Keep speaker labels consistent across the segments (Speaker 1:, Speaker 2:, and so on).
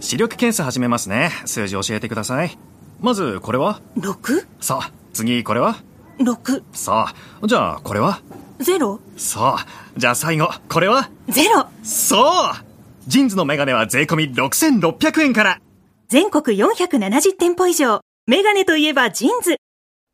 Speaker 1: 視力検査始めますね。数字教えてください。まず、これは
Speaker 2: 6?
Speaker 1: さあ、次、これは
Speaker 2: 6
Speaker 1: さあ、じゃあ、これは
Speaker 2: ゼロ
Speaker 1: さあ、じゃあ最後、これは
Speaker 2: ゼロ
Speaker 1: そうジンズのメガネは税込み6600円から
Speaker 2: 全国470店舗以上メガネといえばジーンズ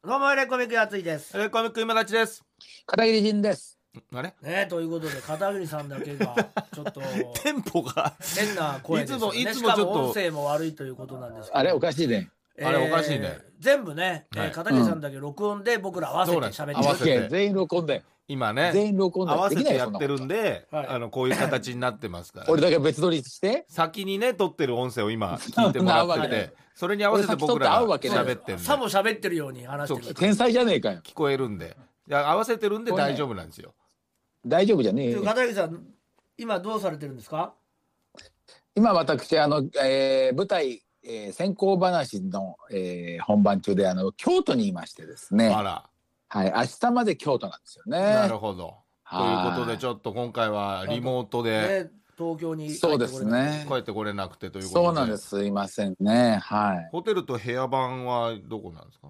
Speaker 3: どうも、エレコミックやついです。
Speaker 4: えー、コミック今立ちです。
Speaker 5: 片桐仁です。
Speaker 4: あれ
Speaker 3: ねえ、ということで、片桐さんだけ が、ちょっと、
Speaker 4: テンポが。
Speaker 3: 変な声ですよね。
Speaker 4: いつもいつも
Speaker 3: しか
Speaker 4: ちょっと
Speaker 3: 音声も悪いということなんですけど。
Speaker 5: あれおかしいね。
Speaker 3: えー
Speaker 4: あれおかしいね。
Speaker 3: 全部ね、えー
Speaker 4: はい
Speaker 3: 片桐さんだけ録音で僕ら合わせて喋
Speaker 5: 合
Speaker 3: ってま
Speaker 5: わせ
Speaker 3: す。
Speaker 5: て全員録音で。
Speaker 4: 今ね。
Speaker 5: 全員録音だ
Speaker 4: 合わせ
Speaker 5: できな
Speaker 4: て
Speaker 5: いよ
Speaker 4: やってるんで、
Speaker 3: そんなこと
Speaker 4: あのこういう形になってますから。
Speaker 5: 俺だけ別撮りして。
Speaker 4: 先にね撮ってる音声を今聞いてもらってて、それに合わせて僕らが
Speaker 5: 俺先撮って合うわけ
Speaker 4: 喋
Speaker 5: ね
Speaker 4: ってるんで
Speaker 3: さも喋ってるように話して
Speaker 4: そう
Speaker 3: る。
Speaker 5: 天才じゃねえかよ。
Speaker 4: 聞こえるんで、いや合わせてるんで大丈夫なんですよ。
Speaker 5: 大丈夫じゃねえ
Speaker 3: という
Speaker 5: よ。
Speaker 3: 片桐さん、今どうされてるんですか
Speaker 5: 今私あの、えー舞台、えー、先行話の、えー本番中であの京都にいましてですね。
Speaker 4: あら、
Speaker 5: はい。明日まで京都なんですよね。
Speaker 4: なるほど。と
Speaker 5: はい
Speaker 4: いうことでちょっと今回はリモートで
Speaker 3: ね、東京に。
Speaker 5: そうです。ね
Speaker 4: 帰。ってこれなくてということで。
Speaker 5: そうなんで。す。すいませんね。はい
Speaker 4: ホテルと部屋番はどこなんですか。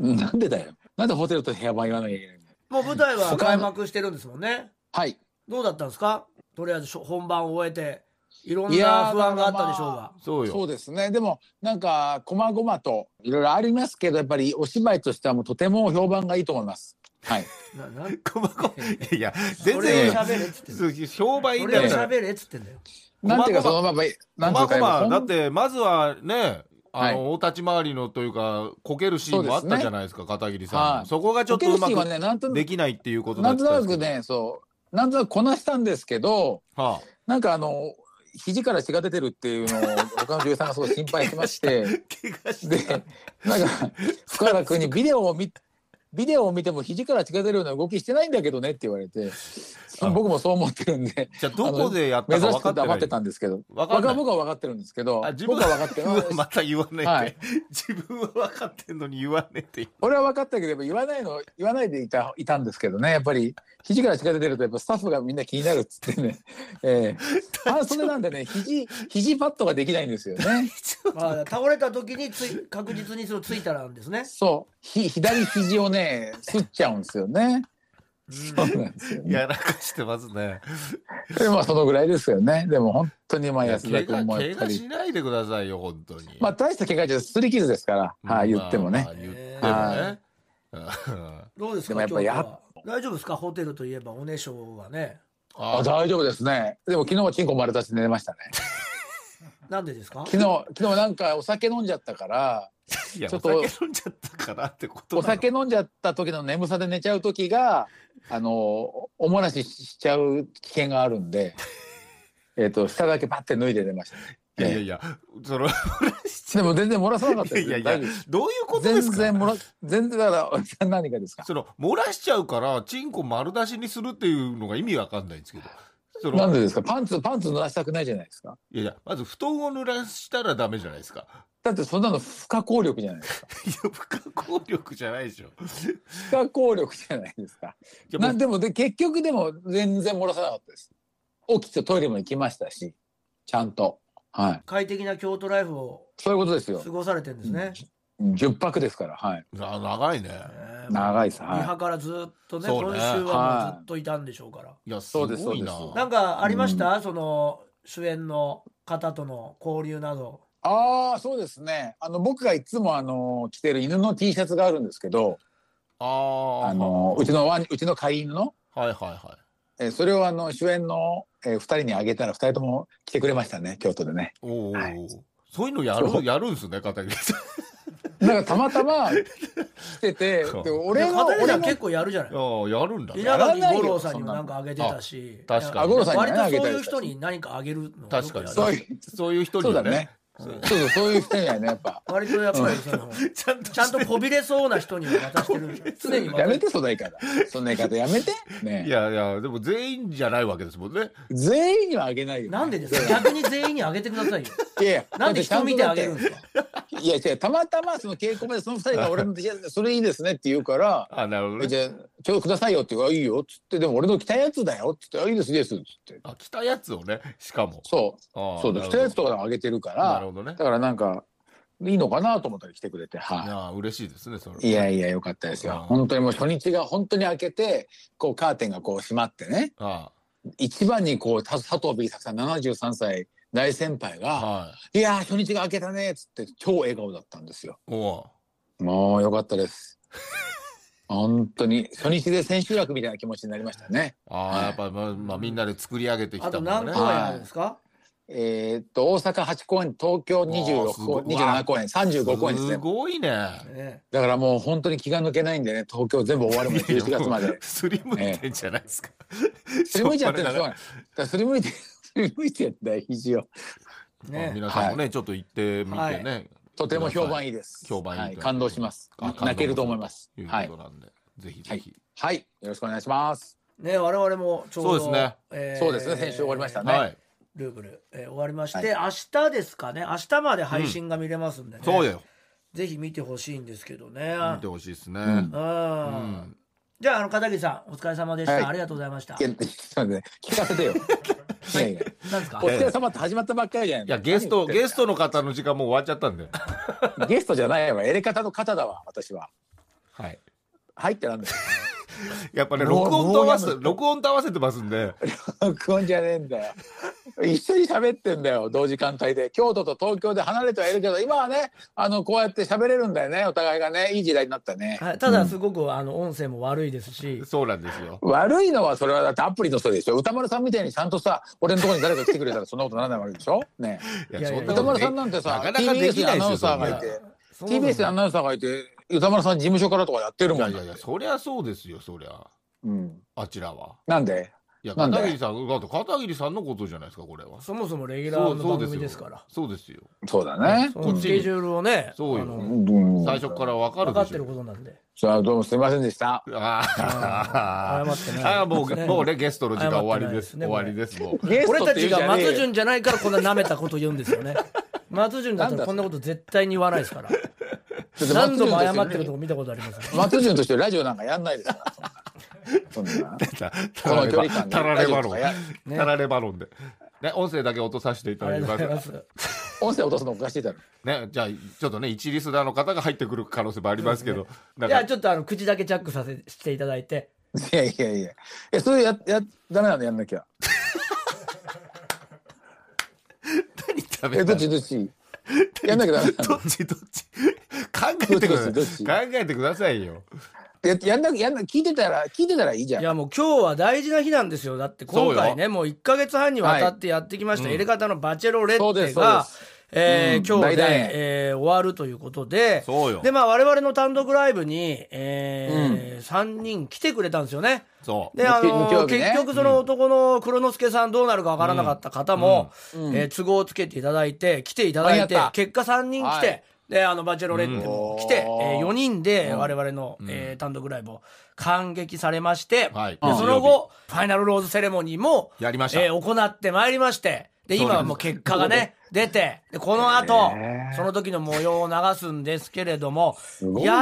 Speaker 5: うんなんでだよ。なんでホテルと部屋番言わなきゃいけないんだよ。
Speaker 3: もう舞台は
Speaker 5: 他
Speaker 3: 開幕してるんですもんね。
Speaker 5: はい。
Speaker 3: どうだったんですかとりあえずしょ本番を終えて、いろん
Speaker 5: い
Speaker 3: な
Speaker 5: やー
Speaker 3: 不安があったでしょう
Speaker 5: まあ
Speaker 3: が。
Speaker 4: そう
Speaker 5: そう
Speaker 4: よ。
Speaker 5: ですね。でも、なんか、こまごまと、いろいろありますけど、やっぱりお芝居としてはもうとても評判がいいと思います。 はい。
Speaker 3: ななん
Speaker 4: いや
Speaker 3: そ
Speaker 4: 全
Speaker 3: れ
Speaker 4: 然
Speaker 3: を喋れっつってんだよ。
Speaker 4: 商売いい
Speaker 3: そ
Speaker 4: ん
Speaker 3: れ
Speaker 4: だ
Speaker 3: を
Speaker 4: ったら
Speaker 3: 喋れっつってんだよ。
Speaker 5: なんていうか、
Speaker 4: こ
Speaker 5: その
Speaker 4: ま
Speaker 5: まま、な
Speaker 4: こ
Speaker 5: んていうかやぱ
Speaker 4: まこま
Speaker 5: ほん
Speaker 4: だってまずはねあの、
Speaker 5: は
Speaker 4: 大立ち回りのというかこけるシーンもあっ
Speaker 5: そうです
Speaker 4: た
Speaker 5: ね
Speaker 4: じゃないですか片桐さん、
Speaker 5: はい
Speaker 4: そこがちょっとうま
Speaker 5: こけるシーンはねなんと
Speaker 4: くできないっていうことだ
Speaker 5: な
Speaker 4: っ
Speaker 5: ん
Speaker 4: た
Speaker 5: となく、ね、そう、なんとなくこなしたんですけど、
Speaker 4: は
Speaker 5: なんかあの、肘から血が出てるっていうのを、他の女優さんがすごい心配しまして、
Speaker 4: あ、 怪我し
Speaker 5: で、なんか、深田君にビデオを見、ビデオを見ても肘から血が出るような動きしてないんだけどねって言われて、僕もそう思ってるんで、
Speaker 4: じゃあどこでやった
Speaker 5: 珍
Speaker 4: か
Speaker 5: し
Speaker 4: 分
Speaker 5: く
Speaker 4: かって
Speaker 5: 黙
Speaker 4: な
Speaker 5: っ
Speaker 4: い
Speaker 5: てたんですけど、
Speaker 4: 分かんない
Speaker 5: 僕は分かってるんですけど
Speaker 4: あ、 自分
Speaker 5: 僕は分かってる
Speaker 4: うわまた言わねえって、
Speaker 5: はい
Speaker 4: 自分は分かってんのに言わねえって
Speaker 5: 俺は分かったけど、やっぱ言わないの、言わないでいた、いたんですけどね、やっぱり、肘から血が出てると、やっぱスタッフがみんな気になるっつってね、 ええ 半袖なんでね、肘、肘パッドができないんですよ ね。
Speaker 3: まあ、倒れた時につい確実にそのついたらんですね。
Speaker 5: そう、ひ、左肘をね、すっちゃうんですよね。そうなんですよね。
Speaker 4: やらかしてますね
Speaker 5: でまあ、そのぐらいですよね。でも、本当に、まあ、
Speaker 4: いや
Speaker 5: 安田
Speaker 4: 怪
Speaker 5: 君も
Speaker 4: 我
Speaker 5: やっぱ
Speaker 4: 怪我
Speaker 5: り。
Speaker 4: しないでくださいよ本当に
Speaker 5: まあ、大した怪我じゃ、すり傷ですから、はい、言ってもね
Speaker 4: ま。あ言ってもね、
Speaker 5: は
Speaker 3: どうですか
Speaker 5: でもやっぱ
Speaker 3: 京都は大丈夫ですかホテルといえばおねしょうはね。
Speaker 5: あ、大丈夫ですね。でも、昨日はチンコ丸出しで寝ま したね。
Speaker 3: なんでですか
Speaker 5: 昨日、昨日なんか、お酒飲んじゃったから。
Speaker 4: いや
Speaker 5: ちょっと
Speaker 4: お酒飲んじゃったからってこと
Speaker 5: お
Speaker 4: なの
Speaker 5: 酒飲んじゃった時の眠さで寝ちゃう時があのおもらししちゃう危険があるん でえっと下だけパッて脱いで出ました、
Speaker 4: いやいやいや、その、
Speaker 5: でも全然漏らさなかった
Speaker 4: いやいやいや
Speaker 5: 大丈夫です、
Speaker 4: どういうことで
Speaker 5: 全
Speaker 4: すか
Speaker 5: 然漏ら全然だから 何がですか
Speaker 4: その、漏らしちゃうから、チンコ丸出しにするっていうのが意味わかんないんですけど。そ
Speaker 5: なん
Speaker 4: の、
Speaker 5: でですかパンツパンツ濡らしたくないじゃないですか
Speaker 4: いやいや、まず布団を濡らしたらダメじゃないですか。
Speaker 5: だってそんなの不可抗力じゃないですか
Speaker 4: いや、不可抗力じゃないでしょ。
Speaker 5: 不可抗力じゃないですか
Speaker 4: いやも
Speaker 5: な
Speaker 4: う
Speaker 5: でもで結局でも全然漏らさなかったです起きてトイレも行きましたしちゃんとはい
Speaker 3: 快適な京都ライフを
Speaker 5: そういうことですよ
Speaker 3: 過ごされてるんですね。
Speaker 5: 10泊ですからはい
Speaker 4: な長いね。
Speaker 3: えー
Speaker 5: 長いさ、
Speaker 3: リ
Speaker 5: は
Speaker 3: ハからずっとね
Speaker 4: そう
Speaker 3: 今
Speaker 4: ね
Speaker 3: 週はも
Speaker 5: は
Speaker 3: う
Speaker 5: い
Speaker 3: ずっといたんでしょうから。
Speaker 4: いや、す
Speaker 5: そうです
Speaker 4: ごいな。
Speaker 5: そうです
Speaker 3: なんかありました、その主演の方との交流など。
Speaker 5: い、ああそうですねあの僕がいつもあの着てる犬の T シャツがあるんですけど
Speaker 4: あー
Speaker 5: あのうちのワンうちの飼い犬の、
Speaker 4: はいはいは
Speaker 5: えーそれをあの主演の、え2人にあげたら2人とも着てくれましたね京都でね
Speaker 4: い。おー
Speaker 5: は
Speaker 4: そういうのや
Speaker 5: そ
Speaker 4: る、
Speaker 5: う
Speaker 4: やるんですね、片桐さん。
Speaker 5: なんかたまたま着て て
Speaker 4: そう
Speaker 5: で俺
Speaker 3: いや
Speaker 5: の
Speaker 3: 片桐さ
Speaker 5: 俺
Speaker 3: ん
Speaker 5: の
Speaker 3: 結構やるじゃない
Speaker 4: い。やーやるんだね。
Speaker 3: 稲垣
Speaker 5: やらない
Speaker 3: 吾
Speaker 5: よ
Speaker 3: 郎さんにもなんかあげてたし。
Speaker 4: そんなのあ確か
Speaker 3: い
Speaker 4: に
Speaker 3: や
Speaker 5: あ吾郎さんには
Speaker 3: 割
Speaker 5: ね
Speaker 3: とそういう
Speaker 5: あげたりしたし
Speaker 3: 人に何かあげるの
Speaker 4: 確かに
Speaker 5: そ
Speaker 3: よくや
Speaker 5: う
Speaker 3: る
Speaker 5: いう
Speaker 4: そういう人に
Speaker 5: そう
Speaker 4: は
Speaker 5: だね
Speaker 4: ね。
Speaker 5: そうそうそういう人にはねやっぱ
Speaker 3: 割とやっぱりその。
Speaker 4: ちゃんと
Speaker 3: ちゃんとこびれそうな人には渡してる。 常に
Speaker 5: や
Speaker 3: 渡
Speaker 5: め
Speaker 3: して
Speaker 5: てその言い方その言い方やめてね
Speaker 4: いやいや、でも全員じゃないわけですもんね。
Speaker 5: 全員にはあげない よ、
Speaker 3: なんでですか逆に全員にあげてくださいよ。
Speaker 5: いやいや
Speaker 3: なんで人見てあげるんですか
Speaker 5: いいや違うたまたまその稽古場でその二 人が俺の T シャツそれいいですねって言うから
Speaker 4: あ、なる
Speaker 5: え
Speaker 4: ほどね。
Speaker 5: じゃあちょうどくださいよって言うからいいよっつってでも俺の着たやつだよっつってあいいですいいですっつって
Speaker 4: あ、着たやつをね、しかも。
Speaker 5: そ
Speaker 4: あ
Speaker 5: う
Speaker 4: ー
Speaker 5: そう
Speaker 4: な
Speaker 5: だ
Speaker 4: る
Speaker 5: 着た
Speaker 4: ほど
Speaker 5: やつとかあげてるか
Speaker 4: な
Speaker 5: ら
Speaker 4: るほどね
Speaker 5: だ。からなんかいいのかなと思ったら来てくれてはい
Speaker 4: いやー、嬉しいですね、それ。
Speaker 5: いやいや良かったです
Speaker 4: あ
Speaker 5: よ
Speaker 4: ー
Speaker 5: 本当にもう初日が本当に開けてこうカーテンがこう閉まってね
Speaker 4: あ
Speaker 5: 一番にこうた佐藤 B 作さん73歳大先輩
Speaker 4: あ
Speaker 5: が
Speaker 4: は
Speaker 5: 「いやー初日が開けたね」っつって超笑顔だったんですよ。
Speaker 4: い。おう
Speaker 5: もう良かった です。本当に初日で千秋楽みたいな気持ちになりましたね。
Speaker 4: あ
Speaker 5: は
Speaker 4: あ、
Speaker 5: い
Speaker 4: やっぱ、まあ、まあ、みんなで作り上げてき
Speaker 3: あ
Speaker 4: た
Speaker 3: と
Speaker 4: もん
Speaker 3: 何
Speaker 4: ね。
Speaker 3: 公
Speaker 5: は
Speaker 3: 演あるんですか
Speaker 5: えーっと大阪8公演、東京
Speaker 4: わあ
Speaker 5: 26
Speaker 4: すご
Speaker 5: 公
Speaker 4: い
Speaker 5: 演、27公演、35公演です
Speaker 4: す
Speaker 5: ね。
Speaker 4: ごいね。
Speaker 3: ね
Speaker 5: だからもう本当に気が抜けないんでね、東京全部終わるまで11月ま で。
Speaker 4: すりむいてんじゃないですか。
Speaker 5: すりむいちゃってるんでしょうが
Speaker 4: あ
Speaker 5: ない。だからすりむいて、 すりむいてんだよ肘を。
Speaker 3: ね
Speaker 4: 皆さんもね、ちょっと行ってみてね、
Speaker 3: はい
Speaker 5: とても評判いいです。
Speaker 4: 評判いいと
Speaker 5: は感動します
Speaker 4: あ感。動
Speaker 5: 泣けると思います
Speaker 4: とい。うこ
Speaker 5: はい。
Speaker 4: となんで、ぜひぜひ。
Speaker 5: はい。よろしくお願いします。
Speaker 3: ね我々もちょうど
Speaker 4: そうですね
Speaker 3: え
Speaker 5: そうですね先週終わりましたね
Speaker 4: はい。
Speaker 3: ルーブル、えー終わりまして、明日ですかね明日まで配信が見れますんでね、
Speaker 4: そうだよ。
Speaker 3: ぜひ見てほしいんですけどね
Speaker 4: 見てほしいですね。
Speaker 5: ん
Speaker 3: うん
Speaker 4: うん
Speaker 3: じゃああの片桐さんお疲れ様でした、
Speaker 5: はい
Speaker 3: ありがとうございました
Speaker 5: いやちょっと待って聞かせ てよ。いやいや。
Speaker 3: なんですか
Speaker 5: お疲れ様って始まったばっかりじゃない
Speaker 4: いや、ゲスト、ゲス
Speaker 5: ト
Speaker 4: トの方の時間もう終わっちゃったん で。
Speaker 5: ゲストじゃないわ。エレカタの方だわ、私は。
Speaker 4: はい。
Speaker 5: 入ってなんだよ。
Speaker 4: やっぱね、録
Speaker 5: もう
Speaker 4: 音と合わ
Speaker 5: もう
Speaker 4: せ
Speaker 5: や、め
Speaker 4: 録音と合わせてますんで。
Speaker 5: 録音じゃねえんだよ。一緒に喋ってんだよ、同時間帯で。京都と東京で離れてはいるけど、今はね、あの、こうやって喋れるんだよね、お互いがね。いい時代になったね。
Speaker 3: はい、ただすごく、あの音声も悪いですし
Speaker 4: そうなんですよ。
Speaker 5: 悪いのはそれはだってアプリのせいでしょ歌丸さんみたいにちゃんとさ俺のところに誰か来てくれたらそんなことならないわけでしょね
Speaker 4: い
Speaker 3: いやいや
Speaker 4: そ
Speaker 5: 歌
Speaker 4: こと
Speaker 5: 丸さんなんてさ
Speaker 4: なかなかで
Speaker 5: TBS
Speaker 4: き
Speaker 5: に
Speaker 4: ない
Speaker 5: ア
Speaker 4: で
Speaker 5: ナウ
Speaker 4: すよ。
Speaker 5: ンサーが
Speaker 4: そんない
Speaker 5: て
Speaker 3: そうなんだ
Speaker 5: TBS にアナウンサーがいて歌丸さん事務所からとかやってる
Speaker 4: い
Speaker 5: も
Speaker 4: や
Speaker 5: ん
Speaker 4: いやいや、そりゃそうですよ、そりゃ。
Speaker 5: うん、
Speaker 4: あちらは。
Speaker 5: なんで
Speaker 4: いや、
Speaker 5: なんで
Speaker 4: 片桐さん、だって片桐さんのことじゃないですか、これは。
Speaker 3: そもそもレギュラ
Speaker 4: そ
Speaker 3: ー
Speaker 4: う
Speaker 3: の
Speaker 4: そう
Speaker 3: 番
Speaker 4: です
Speaker 3: 組
Speaker 4: よ
Speaker 3: ですから
Speaker 4: そうですよ。
Speaker 5: そうだね
Speaker 3: そ
Speaker 4: こっ
Speaker 3: の
Speaker 4: ち
Speaker 3: スケジュールをね
Speaker 4: そうよ
Speaker 3: あの
Speaker 5: うん
Speaker 4: 最初からわかる
Speaker 3: 分
Speaker 4: で
Speaker 3: か
Speaker 4: しょ。
Speaker 3: ってることなんで
Speaker 5: さあどうもすいませんでした
Speaker 4: あ
Speaker 3: うん謝ってない
Speaker 4: ああもう、
Speaker 3: ね
Speaker 4: もうね、ゲストの時間終わりです。
Speaker 3: 謝ってないですね
Speaker 4: 終わりです、もう。
Speaker 5: ゲ
Speaker 3: 俺
Speaker 5: スト
Speaker 3: た
Speaker 5: って言
Speaker 3: ち
Speaker 5: うじゃ
Speaker 3: が
Speaker 5: ねえよ
Speaker 3: 松潤じゃないからこんな舐めたこと言うんですよね松潤だったらこんなこと絶対に言わないですから
Speaker 5: だって
Speaker 3: 何
Speaker 5: 松
Speaker 3: 度
Speaker 5: 潤
Speaker 3: も
Speaker 5: として
Speaker 3: 謝ってるとこ見たことありますよ
Speaker 5: 松潤としてラジオなんかやんないですからそんなそんな
Speaker 4: た
Speaker 5: この距離感で
Speaker 4: たられば論。
Speaker 5: 大丈夫
Speaker 3: ね
Speaker 4: たられば論で。ね、音声だけ落とさせていた
Speaker 3: あ
Speaker 4: だ
Speaker 3: り
Speaker 4: き
Speaker 3: がとう
Speaker 4: ま。
Speaker 3: ございますす
Speaker 5: 音声落とすのおかしいだろ
Speaker 4: ね、じゃあ、ちょっとね、一リスナーの方が入ってくる可能性もありますけど、なん
Speaker 3: じゃあ
Speaker 4: か、
Speaker 3: ちょっとあの口だけジャックさせしていただいて
Speaker 5: いやいやいやえそれややダメなのやんなきゃ
Speaker 4: 何食べ
Speaker 5: え
Speaker 4: た
Speaker 5: ど
Speaker 4: い
Speaker 5: っちどっちやんなきゃダメなの
Speaker 4: どっちどっち考えてください。
Speaker 5: ど
Speaker 4: 考
Speaker 5: っちどっ
Speaker 4: えてくださいよ。
Speaker 5: ややんなやんな聞いてたら聞いてたらいいじゃ
Speaker 3: い
Speaker 5: ん
Speaker 3: やもう今日は大事な日なんですよだって今回ねもう1か月半にわたってやってきました、入れ方のバチェロレ
Speaker 5: そ
Speaker 3: ッ
Speaker 5: うで
Speaker 3: テ
Speaker 5: すそう
Speaker 3: が
Speaker 5: で、す
Speaker 3: えー
Speaker 5: うん
Speaker 3: 今日
Speaker 5: 大団
Speaker 3: で
Speaker 5: 円、
Speaker 3: えー終わるということで
Speaker 4: そうよ
Speaker 3: でまあ我々の単独ライブに、え3人来てくれたんですよね。
Speaker 4: そう。
Speaker 3: であの
Speaker 5: 日曜日ね
Speaker 3: 結局その男の黒之助さんどうなるかわからなかった方も、えー都合をつけていただいて来ていただいて
Speaker 5: あやった
Speaker 3: 結果3人来て、
Speaker 5: はい
Speaker 3: であのバチェロレッテも来て、
Speaker 5: うん
Speaker 3: え4人で我々の、えー単独ライブを感激されまして、
Speaker 4: はい
Speaker 3: で
Speaker 4: うん
Speaker 3: その後ファイナルローズセレモニーも
Speaker 4: やりました
Speaker 3: えー行ってまいりましてで今はもう結果がね出てでこの後、その時の模様を流すんですけれども
Speaker 5: ごいよ
Speaker 3: いや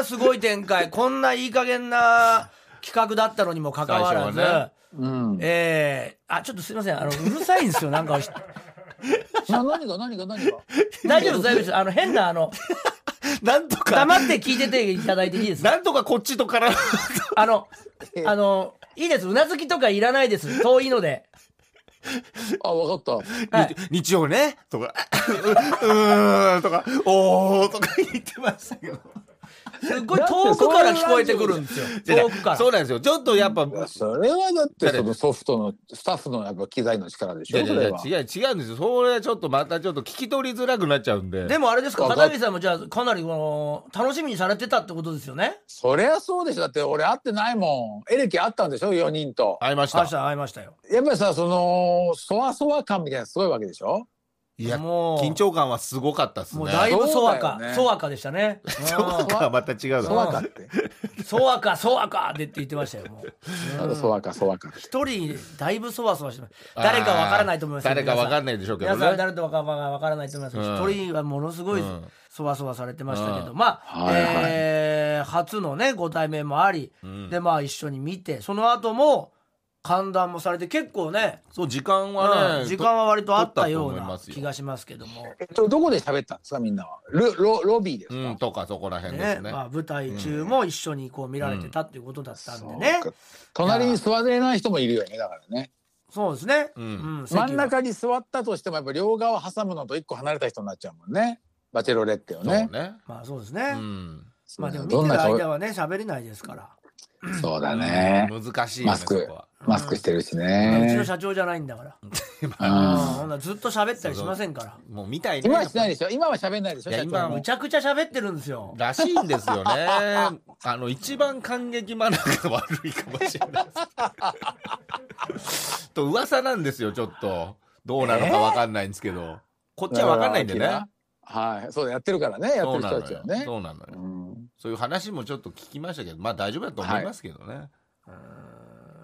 Speaker 3: ーすごい展開こんないい加減な企画だったのにもかかわらず、
Speaker 4: 最初はね
Speaker 5: うん
Speaker 3: えーあちょっとすいませんあのうるさいんですよなんか
Speaker 5: な何が何が何が
Speaker 3: 大丈夫です大丈夫ですあの変なあの
Speaker 4: なんとか、
Speaker 3: 黙って聞いてていただいていいです
Speaker 4: なんとかこっちとから、
Speaker 3: あのあのいいですうなずきとかいらないです遠いので、
Speaker 5: あ分かっ
Speaker 3: はい、
Speaker 4: 日曜ね、とか、うーん、とか、おー、とか言ってましたけど。
Speaker 3: すごい遠くから聞こえてくるんですよ遠くから
Speaker 4: そうなんですよ。ちょっとやっぱ、
Speaker 5: たそれはだってそのソフトのスタッフのやっぱ機材の力でし
Speaker 4: いや
Speaker 5: ょ
Speaker 4: い
Speaker 5: そ
Speaker 4: やいや
Speaker 5: れは
Speaker 4: 違う違うんですよ。それはちょっとまたちょっと聞き取りづらくなっちゃうんで。
Speaker 3: でもあれですか
Speaker 5: わか
Speaker 3: 片桐さんもじゃあかなりこの楽しみにされてたってことですよね
Speaker 5: そりゃそうでしょだって俺会ってないもんエレキ会ったんでしょ4人と
Speaker 4: 会いまし
Speaker 3: 明
Speaker 4: た。
Speaker 3: 日会いましたよ
Speaker 5: やっぱりさそのそわそわ感みたいなのすごいわけでしょ
Speaker 4: いや、
Speaker 3: もう
Speaker 4: 緊張感はすごかったですね。
Speaker 3: もうだいぶそわ
Speaker 5: そ
Speaker 3: か
Speaker 5: うだよね
Speaker 3: そわかでしたね
Speaker 4: そうか、また違う
Speaker 5: そ
Speaker 4: な。
Speaker 5: わかって。
Speaker 3: うんそわかそわかでって言ってましたよもう
Speaker 5: なんだそわかそわかって。
Speaker 3: 一人だいぶそわそわしてます誰かわからないと思います
Speaker 4: 誰かわかん
Speaker 3: ない
Speaker 4: ないでしょうけど
Speaker 3: 皆さん
Speaker 4: ね。
Speaker 3: 誰とわかわからないと思いますけど
Speaker 4: うん
Speaker 3: 一人はものすごい
Speaker 4: うん
Speaker 3: そわそわされてましたけど、
Speaker 4: う
Speaker 3: まあ、
Speaker 5: はいはい
Speaker 3: えー初のねご対面もあり、
Speaker 4: うん
Speaker 3: でまあ一緒に見てその後も歓談もされて結構ね、
Speaker 4: そう、時間
Speaker 3: う
Speaker 4: は
Speaker 3: ん
Speaker 4: ね、
Speaker 3: 時間は割とあったよう
Speaker 4: 取ったと思い
Speaker 3: な
Speaker 4: ますよ
Speaker 3: 気がしますけども、
Speaker 5: えっと、どこで喋ったんですか、みんなは。ルロロビーですか、
Speaker 4: うん、とかそこら辺で
Speaker 3: ね
Speaker 4: すね。
Speaker 3: まあ、舞台中も一緒にこう見られてたっていうことだったんでね、
Speaker 5: そうか隣に座れない人もいるよね、だからね。
Speaker 3: そうですね、
Speaker 4: うん
Speaker 3: うん席は
Speaker 5: 真ん中に座ったとしても、やっぱ両側を挟むのと一個離れた人になっちゃうもんね。バチェロレッテを
Speaker 4: そう
Speaker 5: ね。
Speaker 4: ね。
Speaker 3: まあそうです
Speaker 4: う
Speaker 3: ね、
Speaker 4: ん。
Speaker 3: まあでも見
Speaker 5: どん
Speaker 3: て
Speaker 5: な
Speaker 3: る
Speaker 5: 顔
Speaker 3: 間はね喋れないですから、
Speaker 5: そうだね。
Speaker 4: 難しいよね、
Speaker 5: マ
Speaker 4: そ
Speaker 5: ス
Speaker 4: こ
Speaker 5: ク
Speaker 4: は。
Speaker 5: マスクしてるし
Speaker 3: うちの
Speaker 5: ね。
Speaker 3: 社長じゃないんだから、うん、ほん
Speaker 5: あ
Speaker 3: ならずっと喋ったりしませんから
Speaker 4: もう見たいね。
Speaker 5: 今はしないでしょ今は喋んないでしょ
Speaker 4: いや
Speaker 5: 社長
Speaker 4: 今はも
Speaker 5: も
Speaker 3: むちゃくちゃ喋ってるんですよ
Speaker 4: らしいんですよね。あの、一番感激マナーが悪いかもしれないです。と、噂なんですよ、ちょっと。どうなのかわかんないんですけど。こっちはわかんないんでね。
Speaker 5: はい。そうだ、やってるからね。やって
Speaker 4: そう
Speaker 5: る
Speaker 4: な
Speaker 5: 人
Speaker 4: の
Speaker 5: たちは
Speaker 4: よ。
Speaker 5: ね。
Speaker 4: そうなのよ。
Speaker 5: うん
Speaker 4: そういう話もちょっと聞きましたけど、まあ大丈夫だと思いますけどね。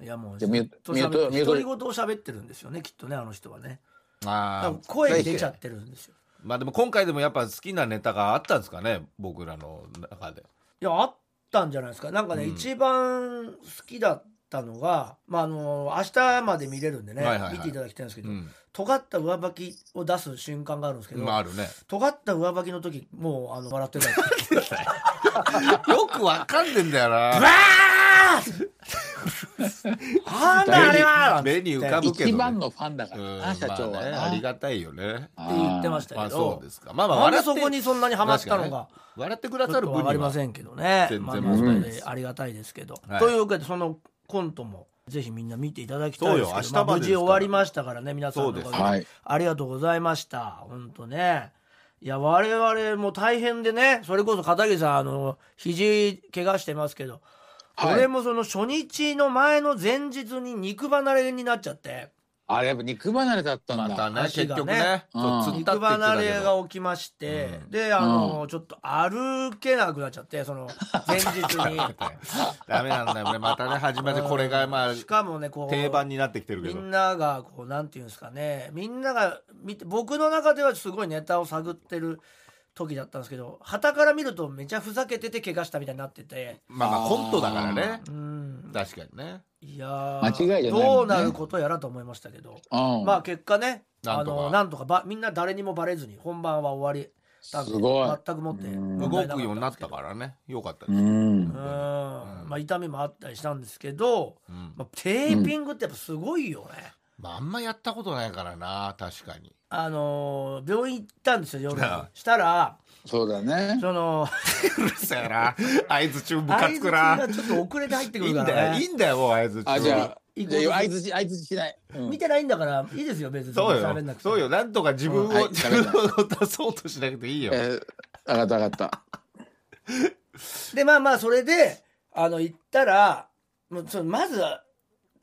Speaker 3: いやもうず
Speaker 5: じゃあミュ
Speaker 3: っ
Speaker 5: ート
Speaker 3: と喋って
Speaker 5: ミュート
Speaker 3: 独り言を喋ってるんですよねきっとねあの人はね多
Speaker 4: あ
Speaker 3: 分
Speaker 4: あ、
Speaker 3: 声出ちゃってるんですよ
Speaker 4: まあでも今回でもやっぱ好きなネタがあったんですかね、僕らの中で。
Speaker 3: いやあったんじゃないですかなんかね、
Speaker 4: うん
Speaker 3: 一番好きだったのがまああの明日まで見れるんでね、
Speaker 4: はいはいはい
Speaker 3: 見ていただきたいんですけ
Speaker 4: う
Speaker 3: ど、
Speaker 4: ん。
Speaker 3: 尖った上履きを出す瞬間があるんですけど、
Speaker 4: まああるね。
Speaker 3: 尖った上履きの時もうあの笑 ってた
Speaker 4: よくわかんねえんだよな。
Speaker 3: あ ーなんだあれはって
Speaker 4: 目に浮かぶけど、ね。
Speaker 5: 一番のファンだか
Speaker 4: う
Speaker 5: ら
Speaker 4: ん
Speaker 5: な、社長は
Speaker 4: まあね、
Speaker 5: な。
Speaker 4: ありがたいよね。
Speaker 3: 言ってました
Speaker 4: ま
Speaker 3: け
Speaker 4: あそ
Speaker 3: ど
Speaker 4: うで、すか。まあまあ
Speaker 3: なん
Speaker 4: 笑
Speaker 3: で
Speaker 4: って
Speaker 3: そこにそんなにハマったの
Speaker 4: 確
Speaker 3: が
Speaker 4: かにね笑ってくだ
Speaker 3: ちょ
Speaker 4: さ
Speaker 3: っ
Speaker 4: る
Speaker 3: と分
Speaker 4: 分に
Speaker 3: か
Speaker 4: は
Speaker 3: りませんけどね
Speaker 4: 全然
Speaker 3: まあ
Speaker 4: 問
Speaker 5: 題ない
Speaker 3: でありがたいですけど、
Speaker 4: はい
Speaker 3: というわけでそのコントもぜひみんな見ていただきたいですけど
Speaker 4: そうよ明日まで
Speaker 3: あ無事
Speaker 4: です
Speaker 3: 終
Speaker 4: から
Speaker 3: わりましたからね皆さんのおかげで
Speaker 4: そうです
Speaker 5: はい。
Speaker 3: ありがとうございました本当ねいや我々も大変でねそれこそ片桐さんあの肘怪我してますけど、
Speaker 5: はい
Speaker 3: 俺もその初日の前の前日に肉離れになっちゃって
Speaker 5: あれやっぱ肉離れだった
Speaker 4: ま
Speaker 5: んだ。
Speaker 4: たね
Speaker 3: 足
Speaker 4: 結
Speaker 3: がね
Speaker 4: 局ね、
Speaker 5: うん
Speaker 4: そう釣ったっ
Speaker 3: 肉
Speaker 4: て言って
Speaker 3: 離
Speaker 4: たけ
Speaker 3: れ
Speaker 4: ど
Speaker 3: が起きまして、であの、ちょっと歩けなくなっちゃってその前日に
Speaker 4: ダメなんだよねまたね始まってこれがまあ
Speaker 3: しかもねこう
Speaker 4: 定番になってきてるけ
Speaker 3: み
Speaker 4: ど
Speaker 3: んながこうなんていうんですかねみんなが見て僕の中ではすごいネタを探ってる時だったんですけど旗から見るとめちゃふざけてて怪我したみたいになってて
Speaker 4: まあまあコントだからね
Speaker 3: うん
Speaker 4: 確かにね
Speaker 3: いやー
Speaker 5: 間違いじゃないもんね
Speaker 3: どうなることやらと思いましたけど、
Speaker 5: うん。
Speaker 3: まあ結果ね
Speaker 4: な
Speaker 3: あ
Speaker 4: んとか
Speaker 3: のなんとかばみんな誰にもバレずに本番は終わりたんです
Speaker 5: ごい
Speaker 3: 全くもって
Speaker 5: うん
Speaker 3: 問
Speaker 4: 動
Speaker 3: 題な
Speaker 4: くようにな
Speaker 3: か
Speaker 4: っ
Speaker 3: った
Speaker 4: た
Speaker 3: んです
Speaker 4: からねよかった
Speaker 5: う
Speaker 4: です、
Speaker 3: けど
Speaker 5: ん。
Speaker 3: うん
Speaker 4: うん
Speaker 3: まあ痛みもあったりしたんですけど、
Speaker 4: うん
Speaker 3: まあ、テーピングってやっぱすごいよね、
Speaker 4: まああんまやったことないからな確かに
Speaker 3: あのー病院行ったんですよ夜に
Speaker 4: ああ
Speaker 3: したら
Speaker 5: そうだね。
Speaker 3: そ の
Speaker 4: うるせ えな合図中ム
Speaker 3: 相
Speaker 4: カ
Speaker 3: づ
Speaker 4: つ
Speaker 3: ち
Speaker 4: く
Speaker 3: が
Speaker 4: な
Speaker 3: ちょっと遅れて入ってく
Speaker 4: いい
Speaker 3: る
Speaker 4: ん
Speaker 3: か
Speaker 4: だ
Speaker 3: ら、
Speaker 4: よ
Speaker 3: ね、
Speaker 4: いいんだよもう合図中
Speaker 5: あ、じゃあ、
Speaker 3: いい
Speaker 5: じゃあ、相槌、相槌しない。うん
Speaker 3: 見てないんだからいいですよ別に
Speaker 4: そ
Speaker 3: 喋
Speaker 4: う
Speaker 3: んな
Speaker 4: よ
Speaker 3: くて
Speaker 4: そうよなんとか自分を、
Speaker 5: うんはい
Speaker 4: 自分を出そうとしなくていいよ、
Speaker 5: えー、わかったわかった。
Speaker 3: でまあまあそれであの行ったらもうそのまず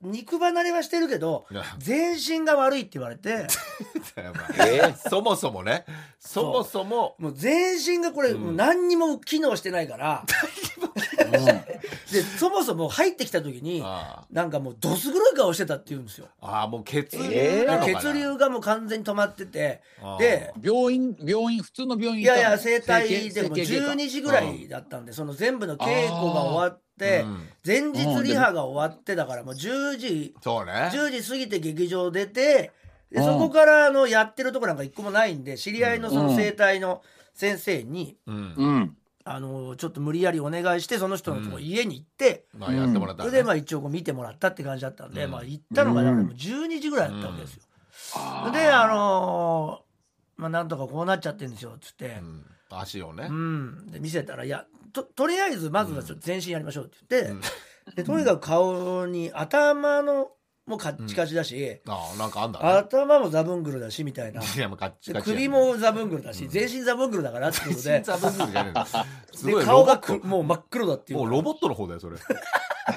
Speaker 3: 肉離れはしてるけど
Speaker 4: いや
Speaker 3: 全身が悪いって言われ て
Speaker 4: やばいそもそもねそもそも
Speaker 3: もう全身がこれ、もう何にも機能してない からでそもそも入ってきた時に
Speaker 4: あ
Speaker 3: なんかもうどす黒い顔してたって言うんですよ。
Speaker 4: あああもう血
Speaker 5: え
Speaker 4: 流なのかな、
Speaker 3: 血流がもう完全に止まってて
Speaker 4: ああ
Speaker 3: で
Speaker 5: 病院、病院、普通の病院
Speaker 3: い
Speaker 5: 行っ
Speaker 3: や
Speaker 5: た
Speaker 3: い
Speaker 5: の
Speaker 3: や整体でも
Speaker 5: 整形整形外科
Speaker 3: 12時ぐらいだったんでその全部の稽古が終わって
Speaker 4: ああ
Speaker 3: 前日リハが終わってだからもう10時
Speaker 4: そうね
Speaker 3: 10時過ぎて劇場出てでそこからあのやってるとこなんか一個もないんで知り合いのその整体の先生に、
Speaker 4: うん
Speaker 5: うん。
Speaker 3: あのちょっと無理やりお願いしてその人のとこ家に行って、
Speaker 4: まあやってもらった
Speaker 3: それで
Speaker 4: らね
Speaker 3: まあ一応こう見てもらったって感じだったんで、
Speaker 4: うん
Speaker 3: まあ行ったのがだからもう12時ぐらいだったわけですよ。
Speaker 5: あー
Speaker 3: であのーまあ、なんとかこうなっちゃってんですよっつって
Speaker 4: う、ん足をね
Speaker 3: うんで見せたら「いやととりあえずまずはちょっと全身やりましょう」って言って、でとにかく顔に頭のもうカッチカチだし、
Speaker 4: ああなんかあんだね
Speaker 3: 頭もザブングルだしみたいな。
Speaker 4: いやもうカッチ
Speaker 3: で
Speaker 4: カチやね
Speaker 3: 首もザブングルだし、全身ザブングルだからってことで
Speaker 4: 全然ザブングルじゃねえの す
Speaker 3: で
Speaker 4: ごい
Speaker 3: 顔
Speaker 4: ロボ
Speaker 3: が
Speaker 4: ッ
Speaker 3: く
Speaker 4: ト
Speaker 3: もう真っ黒だっていう
Speaker 4: もうロボットの方だよそれ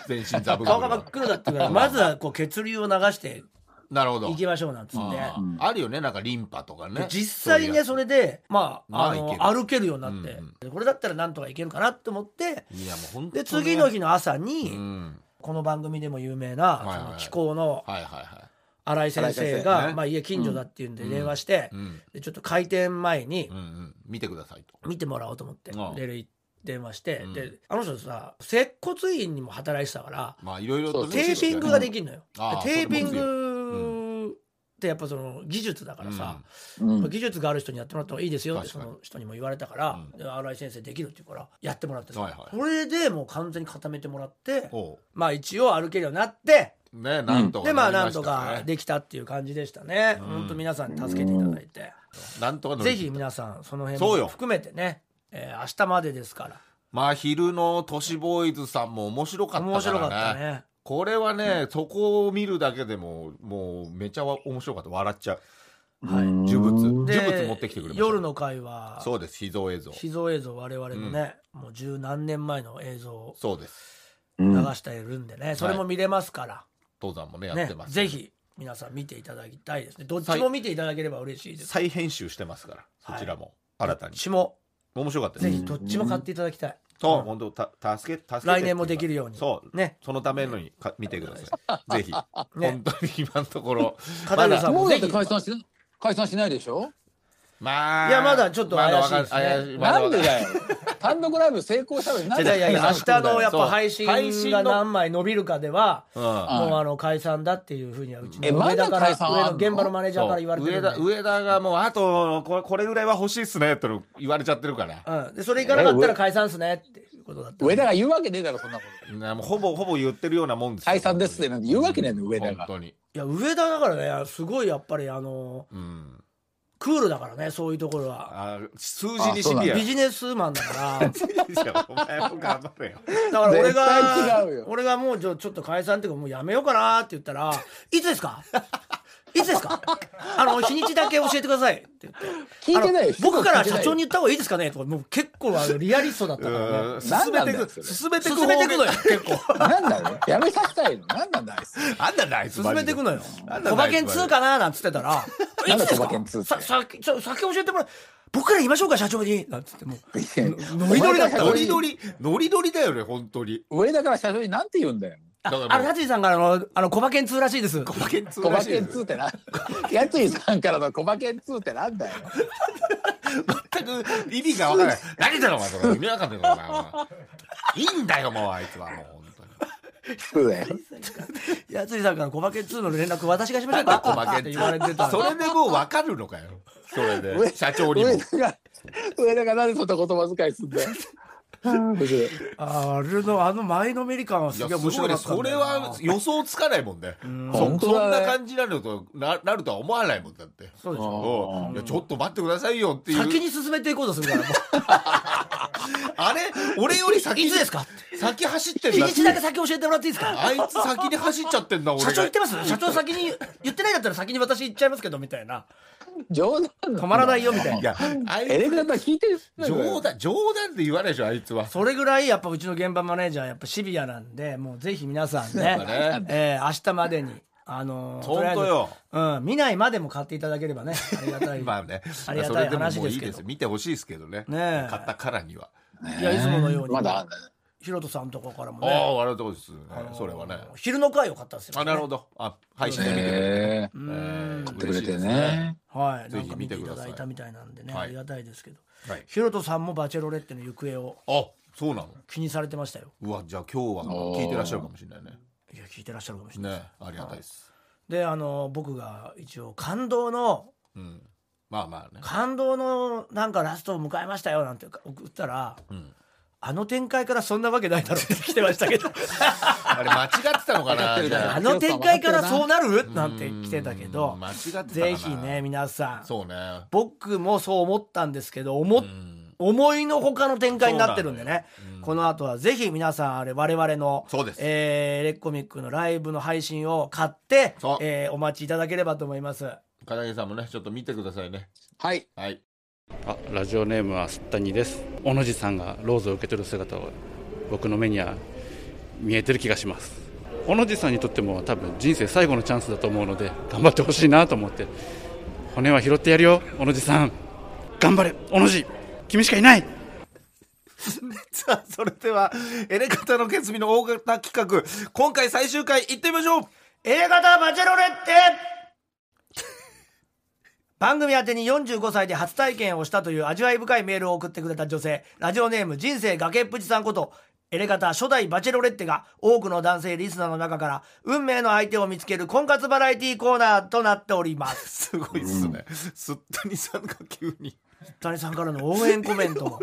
Speaker 4: 全身ザブングル
Speaker 3: 顔が真っ黒だっていうからまずはこう血流を流して
Speaker 4: なるほど
Speaker 3: 行きましょうなんつっ
Speaker 4: あ
Speaker 3: て
Speaker 4: ー
Speaker 5: うん
Speaker 4: あるよねなんかリンパとかね
Speaker 3: で実際ねそう
Speaker 4: いうや
Speaker 3: れでまああ
Speaker 4: まあい
Speaker 3: の
Speaker 4: ける
Speaker 3: 歩けるようになって、
Speaker 4: うん
Speaker 3: でこれだったらなんとかいけるかなって思って
Speaker 4: ついやもう本当
Speaker 3: で次の
Speaker 4: 日
Speaker 3: 日の朝に、
Speaker 4: うん
Speaker 3: この番組でも有名
Speaker 4: いはいはい
Speaker 3: なその気候の
Speaker 4: はいはいは
Speaker 3: 新井先生
Speaker 4: 荒井先生
Speaker 3: が
Speaker 4: ね
Speaker 3: まあ家近所だっていうんで
Speaker 4: うん
Speaker 3: 電話して
Speaker 4: いうん
Speaker 3: でちょっと開店前に
Speaker 4: うんうん見てくださいと
Speaker 3: 見てもらおうと思って
Speaker 4: うん
Speaker 3: で電話して
Speaker 4: うん
Speaker 3: であの人さ接骨院にも働いてたから
Speaker 4: まあいろいろと
Speaker 5: そ
Speaker 4: ね
Speaker 5: う
Speaker 3: テーピングができるのよ。
Speaker 4: あー
Speaker 3: でテーピン
Speaker 4: それも
Speaker 3: グってやっぱその技術だからさ、
Speaker 5: うん
Speaker 3: 技術がある人にやってもらった方がいいですよって
Speaker 4: 確
Speaker 3: そ
Speaker 4: かに
Speaker 3: の人にも言われたから
Speaker 4: うん
Speaker 3: で新井先生できるって言うからやってもらってさ
Speaker 4: はいはい
Speaker 3: これでもう完全に固めてもらって
Speaker 4: お
Speaker 3: まあ一応歩けるようになって
Speaker 4: うねなんとか
Speaker 3: でまあ
Speaker 4: な
Speaker 3: な
Speaker 4: り
Speaker 3: んと
Speaker 4: したから
Speaker 3: か
Speaker 4: ね
Speaker 3: できたっていう感じでしたね、
Speaker 4: うん
Speaker 3: 本当皆さんに助けていただいて、
Speaker 4: なんとか乗り
Speaker 3: ぜ
Speaker 4: 切
Speaker 3: ひ
Speaker 4: った
Speaker 3: 皆さんその
Speaker 4: そう
Speaker 3: 辺
Speaker 4: よ
Speaker 3: も含めてね、えー明日までですから
Speaker 4: まあ昼の都市ボーイズさんも面白かったからね
Speaker 3: 面白かったね
Speaker 4: これはね、そこを見るだけでももうめちゃ面白かった笑っちゃう
Speaker 3: はい
Speaker 4: 呪物
Speaker 3: で
Speaker 4: 呪物持ってきてくれました
Speaker 3: 夜の会は
Speaker 4: そうです秘蔵映像
Speaker 3: 秘蔵映像我々のね、もう十何年前の映像を
Speaker 4: そうです
Speaker 5: う
Speaker 3: 流
Speaker 5: ん
Speaker 3: してるんでね、それも見れますから、
Speaker 4: 登山もねやっ
Speaker 3: ね
Speaker 4: てます、
Speaker 3: ぜひ皆さん見ていただきたいですねどっちも見ていただければ嬉しいです
Speaker 4: 再編集してますからそちらも新た
Speaker 3: どっ
Speaker 4: に
Speaker 3: ちも
Speaker 4: 面白かったです
Speaker 3: ぜひどっちも買っていただきたい、
Speaker 4: そう、
Speaker 3: うん
Speaker 4: 本当た助け助けてっていうか
Speaker 3: 来年もできるように
Speaker 4: そう
Speaker 3: ね
Speaker 4: そのためのにか見てくださ いぜひ、本当に今のところ
Speaker 3: 片寄さん
Speaker 5: も
Speaker 3: も
Speaker 5: うだ
Speaker 3: ぜ
Speaker 5: って
Speaker 3: ひ
Speaker 5: 解散しな解散しないでしょ
Speaker 4: まあ
Speaker 3: いやまだちょっと怪しいですね
Speaker 4: まだわかん怪しいま
Speaker 5: な
Speaker 4: だわ
Speaker 5: ん
Speaker 4: か
Speaker 5: で
Speaker 4: ん
Speaker 5: だよ単独ライブ成功したのになん
Speaker 3: い
Speaker 5: で
Speaker 3: やいやいや
Speaker 5: 解散する
Speaker 3: 明日
Speaker 5: んだよ
Speaker 3: のやっ
Speaker 4: そう
Speaker 3: ぱ配信
Speaker 4: 配信の
Speaker 3: が何枚伸びるかでは
Speaker 4: うん
Speaker 5: はい
Speaker 3: もうあの解散だっていうふうにはうち
Speaker 5: え
Speaker 3: の上田か
Speaker 5: まだ解
Speaker 3: ら
Speaker 5: 散あんの
Speaker 3: 上田現場のマネージャーから言われてるんで
Speaker 4: そう上田上田がもうあとこれこれぐらいは欲しいっすねと言われちゃってるから、
Speaker 3: うん、でそれいかなかったら解散っすねっていうことだったんで
Speaker 5: 上田が言うわけねえだろそんなこと
Speaker 4: なもうほぼほぼ言ってるようなもんですよ
Speaker 5: 解散ですってなんて言うわけねえの上田
Speaker 4: 本
Speaker 5: が
Speaker 4: 当に、
Speaker 3: いや上田だからねすごいやっぱりあの
Speaker 4: うん、
Speaker 3: クールだからねそういうところは
Speaker 4: あ数字にシビア
Speaker 3: ビジネスマンだ から
Speaker 4: いやお前も頑張 れよ
Speaker 3: だから俺
Speaker 5: 絶対違う
Speaker 3: が
Speaker 5: よ
Speaker 3: 俺がもうちょちょっと解散っていうかもうやめようかなって言ったら「いつですか? 」いつですかあの日にちだけ教えてくださいって言って
Speaker 5: 聞いてないよ
Speaker 3: あの僕から社長に言った方がいいですかねとかもう結構あのリアリストだったからね
Speaker 4: うん進め
Speaker 5: な
Speaker 4: て
Speaker 5: んなんだよ
Speaker 4: く
Speaker 5: それ
Speaker 4: 進めてく
Speaker 3: 進めてくのよ結 構
Speaker 5: なんだよやめさせたいのなんなんだよ
Speaker 4: あんなんだあいつ
Speaker 3: 進めてくのよ
Speaker 4: なんだ
Speaker 3: 小馬券通かななんつってたら「
Speaker 5: なんだ
Speaker 3: いつです
Speaker 5: 小馬
Speaker 3: か
Speaker 5: 券通って
Speaker 3: ささちょ先教えてもらう僕から言いましょうか社長に」なんつってもう
Speaker 5: ノ
Speaker 4: ノリノリだったノ
Speaker 5: ノ
Speaker 4: リ
Speaker 5: リ
Speaker 4: ノリノリノリだよね本当に
Speaker 5: 上田から社長になんて言うんだよ
Speaker 3: あ
Speaker 4: だからもう
Speaker 3: あの達治さんからのあの小馬券通らしいです
Speaker 4: 小馬券通
Speaker 5: 小馬
Speaker 4: らしいで
Speaker 5: 券
Speaker 4: す
Speaker 5: 通ってなやついさんからの小馬券通ってなんだよ
Speaker 4: 全く意味がわからない何言ってんのお前それ意味わかんないからなお前いいんだよもうあいつはもう本当に
Speaker 5: そうだよ
Speaker 3: やつりさんから小馬券通の連絡私がしましょうか
Speaker 4: 小馬
Speaker 3: って
Speaker 4: 券
Speaker 3: 言われてた
Speaker 4: 通それでもうわかるのかよそれで 社長にも
Speaker 5: 上田が上田がなんでそんな言葉遣いすんだよ面白い
Speaker 3: あれのあの前のめり感はす
Speaker 4: いや
Speaker 3: げえ面
Speaker 4: すご
Speaker 3: 白
Speaker 4: い
Speaker 3: か
Speaker 4: ね
Speaker 3: ったん
Speaker 4: そ
Speaker 3: だ
Speaker 4: れ
Speaker 3: よな
Speaker 4: は予想つかないもんねそ
Speaker 5: 本当
Speaker 4: そ
Speaker 5: だ
Speaker 4: ん
Speaker 5: ね
Speaker 4: な感じになるとななるとは思わないもんだって
Speaker 3: そうでしょ
Speaker 4: うんいやちょっと待ってくださいよっていう
Speaker 3: 先に進めていこうとするからもう
Speaker 4: あれ俺より先に
Speaker 3: いつですかっ
Speaker 4: 先走ってん
Speaker 3: 日
Speaker 4: だ
Speaker 3: にちだけ先教えてもらっていいですか
Speaker 4: あいつ先に走っちゃってんだ俺が
Speaker 3: 社長言ってます社長先に言ってないだったら先に私行っちゃいますけどみたいな
Speaker 5: 冗談
Speaker 3: 止まらないよみたい
Speaker 4: い
Speaker 3: な
Speaker 4: やあい
Speaker 5: エレクだったら聞いてる
Speaker 4: つ冗談冗談で言わないでしょあいつは
Speaker 3: それぐらいやっぱうちの現場マネージャーやっぱシビアなんでもうぜひ皆さんね
Speaker 4: そうだね
Speaker 3: えー明日までにあのー
Speaker 4: 本
Speaker 3: と
Speaker 4: 当よ
Speaker 3: りあえずうん見ないまでも買っていただければねありがたい
Speaker 4: まあね
Speaker 3: ありがたい
Speaker 4: それでも
Speaker 3: 話
Speaker 4: もう
Speaker 3: で
Speaker 4: い
Speaker 3: す
Speaker 4: い
Speaker 3: けど
Speaker 4: です見てほしいですけどね
Speaker 3: ねえ
Speaker 4: 買ったからにはい
Speaker 3: やいつものように
Speaker 5: まだあんだ
Speaker 3: ひろとさんとこからも
Speaker 4: あ
Speaker 3: ね
Speaker 4: あありがとうですねそれはね
Speaker 3: 昼の会を買ったんですよ、ね、
Speaker 4: あなるほどあ配信で見てくれて
Speaker 5: ね
Speaker 3: う
Speaker 4: え
Speaker 3: ん
Speaker 4: ー
Speaker 5: やってくれて
Speaker 4: 嬉しいです
Speaker 5: ね
Speaker 3: はい
Speaker 4: ぜ
Speaker 3: な
Speaker 4: ひ
Speaker 3: んか
Speaker 4: 見
Speaker 3: 見
Speaker 4: て
Speaker 3: て
Speaker 4: く
Speaker 3: い
Speaker 4: だ
Speaker 3: た
Speaker 4: さい
Speaker 3: だいたみたいなんでね、
Speaker 4: はい
Speaker 3: ありがたいですけど
Speaker 4: はい
Speaker 3: ひろとさんもバチェロレッテの行方を
Speaker 4: あそうなの
Speaker 3: 気にされてましたよ
Speaker 4: うわじゃあ今日は聞いてらっしゃるかもしれないね
Speaker 3: いや聞いてらっしゃるかもしれない、
Speaker 4: ねありがたいです
Speaker 3: であの僕が一応感動の
Speaker 4: うんまあまあね
Speaker 3: 感動のなんかラストを迎えましたよなんて送ったら、
Speaker 4: ん
Speaker 3: あの展開からそんなわけないだろうって来てました けど
Speaker 4: あれ間違ってたのかな
Speaker 5: ってるだろ
Speaker 3: あの展開からそうなるなんて来てたけど
Speaker 4: うん間違ってたかな
Speaker 3: ぜひね皆さん
Speaker 4: そうね
Speaker 3: 僕もそう思ったんですけど思っ
Speaker 4: うん
Speaker 3: 思いのほかの展開になってるんでね
Speaker 4: そうなのようん
Speaker 3: この後はぜひ皆さんあれ我々の
Speaker 4: そうです
Speaker 3: えーレッコミックのライブの配信を買って
Speaker 4: そう、
Speaker 3: えーお待ちいただければと思います
Speaker 4: 片桐さんもねちょっと見てくださいね
Speaker 5: はい
Speaker 4: はい
Speaker 6: あラジオネームはすったにです小野寺さんがローズを受け取る姿を僕の目には見えてる気がします小野寺さんにとっても多分人生最後のチャンスだと思うので頑張ってほしいなと思って骨は拾ってやるよ小野寺さん頑張れ小野寺君しかいない
Speaker 4: さあ、それでは、エレガタの決意の大型企画、今回最終回行ってみましょう
Speaker 3: エレガタバチェロレッテ番組宛てに45歳で初体験をしたという味わい深いメールを送ってくれた女性ラジオネーム人生崖っぷちさんことエレガタ初代バチェロレッテが多くの男性リスナーの中から運命の相手を見つける婚活バラエティコーナーとなっております
Speaker 4: すごいっすね。すっとにさんが急に。
Speaker 3: 谷さんからの応援コメン トも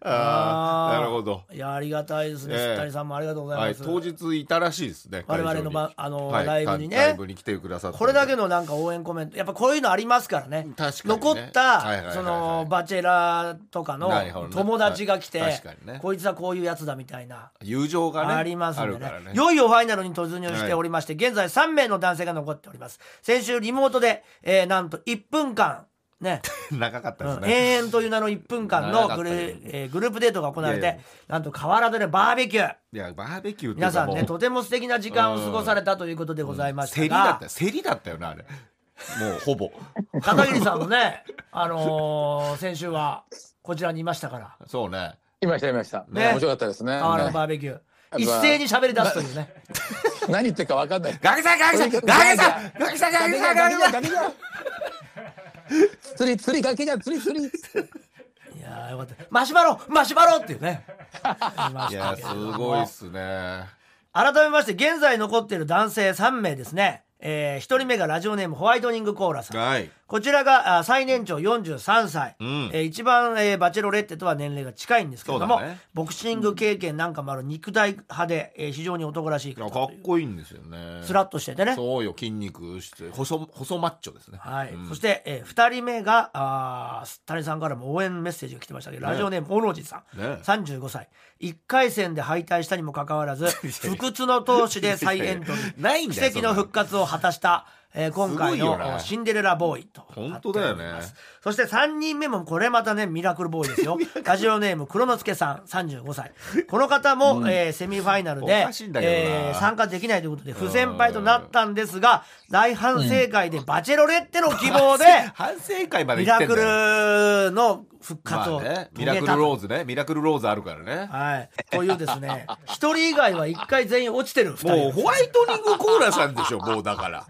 Speaker 4: あ
Speaker 3: あー
Speaker 4: あ、なるほど。
Speaker 3: いやありがたいですね、
Speaker 4: ええ
Speaker 3: 谷さんもありがとうござい
Speaker 4: はい、
Speaker 3: ます、
Speaker 4: 当日いたらしいですね。
Speaker 3: 我々
Speaker 4: 会
Speaker 3: の
Speaker 4: 場に
Speaker 3: ばあの
Speaker 4: はい
Speaker 3: ライブにね
Speaker 4: ライブに来てくださった
Speaker 3: これだけ
Speaker 4: の
Speaker 3: のなんか応援コメントやっぱこういうのありますからね
Speaker 4: 確かにね
Speaker 3: 残っ
Speaker 4: はいはいはいは
Speaker 3: た
Speaker 4: い
Speaker 3: そのバチェラーとかの
Speaker 4: なるほどね
Speaker 3: 友達が来て、
Speaker 4: はい確かにね
Speaker 3: こいつはこういうやつだみたいな。
Speaker 4: 友情がね
Speaker 3: ありますん
Speaker 4: あ
Speaker 3: で
Speaker 4: るから
Speaker 3: ね
Speaker 4: ね
Speaker 3: いよいよファイナルに突入しておりまして、現在3名の男性が残っております先週リモートで、えーなんと1分間ね、
Speaker 4: 長か ったです
Speaker 3: うん
Speaker 4: ね、
Speaker 3: 永遠という名の1分間
Speaker 4: 長
Speaker 3: の
Speaker 4: かった
Speaker 3: グル,、
Speaker 4: よ
Speaker 3: えーグループデートが行われて
Speaker 4: いやいや
Speaker 3: なんと河原でねバーベキュー
Speaker 4: いやバーベキューってい
Speaker 3: 皆
Speaker 4: うか
Speaker 3: さ
Speaker 4: も
Speaker 3: ん
Speaker 4: う
Speaker 3: ねとても素敵な時間を過ごされたということでございました
Speaker 4: 競りだ
Speaker 3: が、
Speaker 4: ったよ競りだったよなあれもうほ ぼ
Speaker 3: 片桐さんもね、あのー先週はこちらにいましたから、
Speaker 4: そうね
Speaker 5: いましたいました、
Speaker 3: ね
Speaker 5: 面白かったですね
Speaker 3: 河原の
Speaker 5: ね
Speaker 3: バーベキュー。一斉に喋り出すというね。
Speaker 5: 何言ってるかわかんない
Speaker 4: ガキさんガ キさんガキさんガキさんガキさんガキさん
Speaker 5: ガキじゃん釣り釣りガキじゃん釣り釣り
Speaker 3: いやーよかった。マシュマロマシュマロっていうね。ありま
Speaker 4: い
Speaker 3: した
Speaker 4: や
Speaker 3: けれど
Speaker 4: す
Speaker 3: も
Speaker 4: ごいっすね
Speaker 3: 改めまして、現在残っている男性3名ですね。え1人目がラジオネームホワイトニングコーラさん。
Speaker 4: はい
Speaker 3: こちらがあ最年長43歳、
Speaker 4: うん
Speaker 3: えー一番、えーバチェロレッテとは年齢が近いんですけれども、
Speaker 4: そうだね
Speaker 3: ボクシング経験なんかもある肉体派で、えー非常に男らしい
Speaker 4: い
Speaker 3: 方
Speaker 4: やか
Speaker 3: と
Speaker 4: っ
Speaker 3: いう
Speaker 4: こいいんですよね
Speaker 3: スラッとしててね
Speaker 4: そうよ筋肉して細細マッチョですね
Speaker 3: はい、
Speaker 4: うん
Speaker 3: そして、えー、2人目があー谷さんからも応援メッセージが来てましたけど、ラジオネームオロジさん、
Speaker 4: ね
Speaker 3: 35歳1回戦で敗退したにもかかわ らず不屈の闘志で再エントリー
Speaker 4: ないんだよ
Speaker 3: 奇跡の復活を果たした、えー今回
Speaker 4: すごいよ
Speaker 3: の
Speaker 4: な
Speaker 3: シンデレラボーイと
Speaker 4: 本当だよね
Speaker 3: なっておりますそして3人目もこれまたねミラクルボーイ ですよラジオネーム黒之助さん35歳この方も、えーセミファイナルで
Speaker 4: おかしいんだけどな
Speaker 3: ー参加できないということで不先輩となったんですが大反省会でバチェロレッテの希望で
Speaker 4: 反省会まで
Speaker 3: ミ
Speaker 4: 行っ
Speaker 3: ラ
Speaker 4: てんだ
Speaker 3: ク
Speaker 4: よ
Speaker 3: ルの復活
Speaker 4: ま
Speaker 3: を
Speaker 4: あ
Speaker 3: 遂げた
Speaker 4: ね
Speaker 3: と、
Speaker 4: ミラクルローズねミラクルローズあるからね
Speaker 3: はい、というですね一人以外は一回全員落ちてる2人
Speaker 4: もうホワイトニングコーラさんでしょもうだから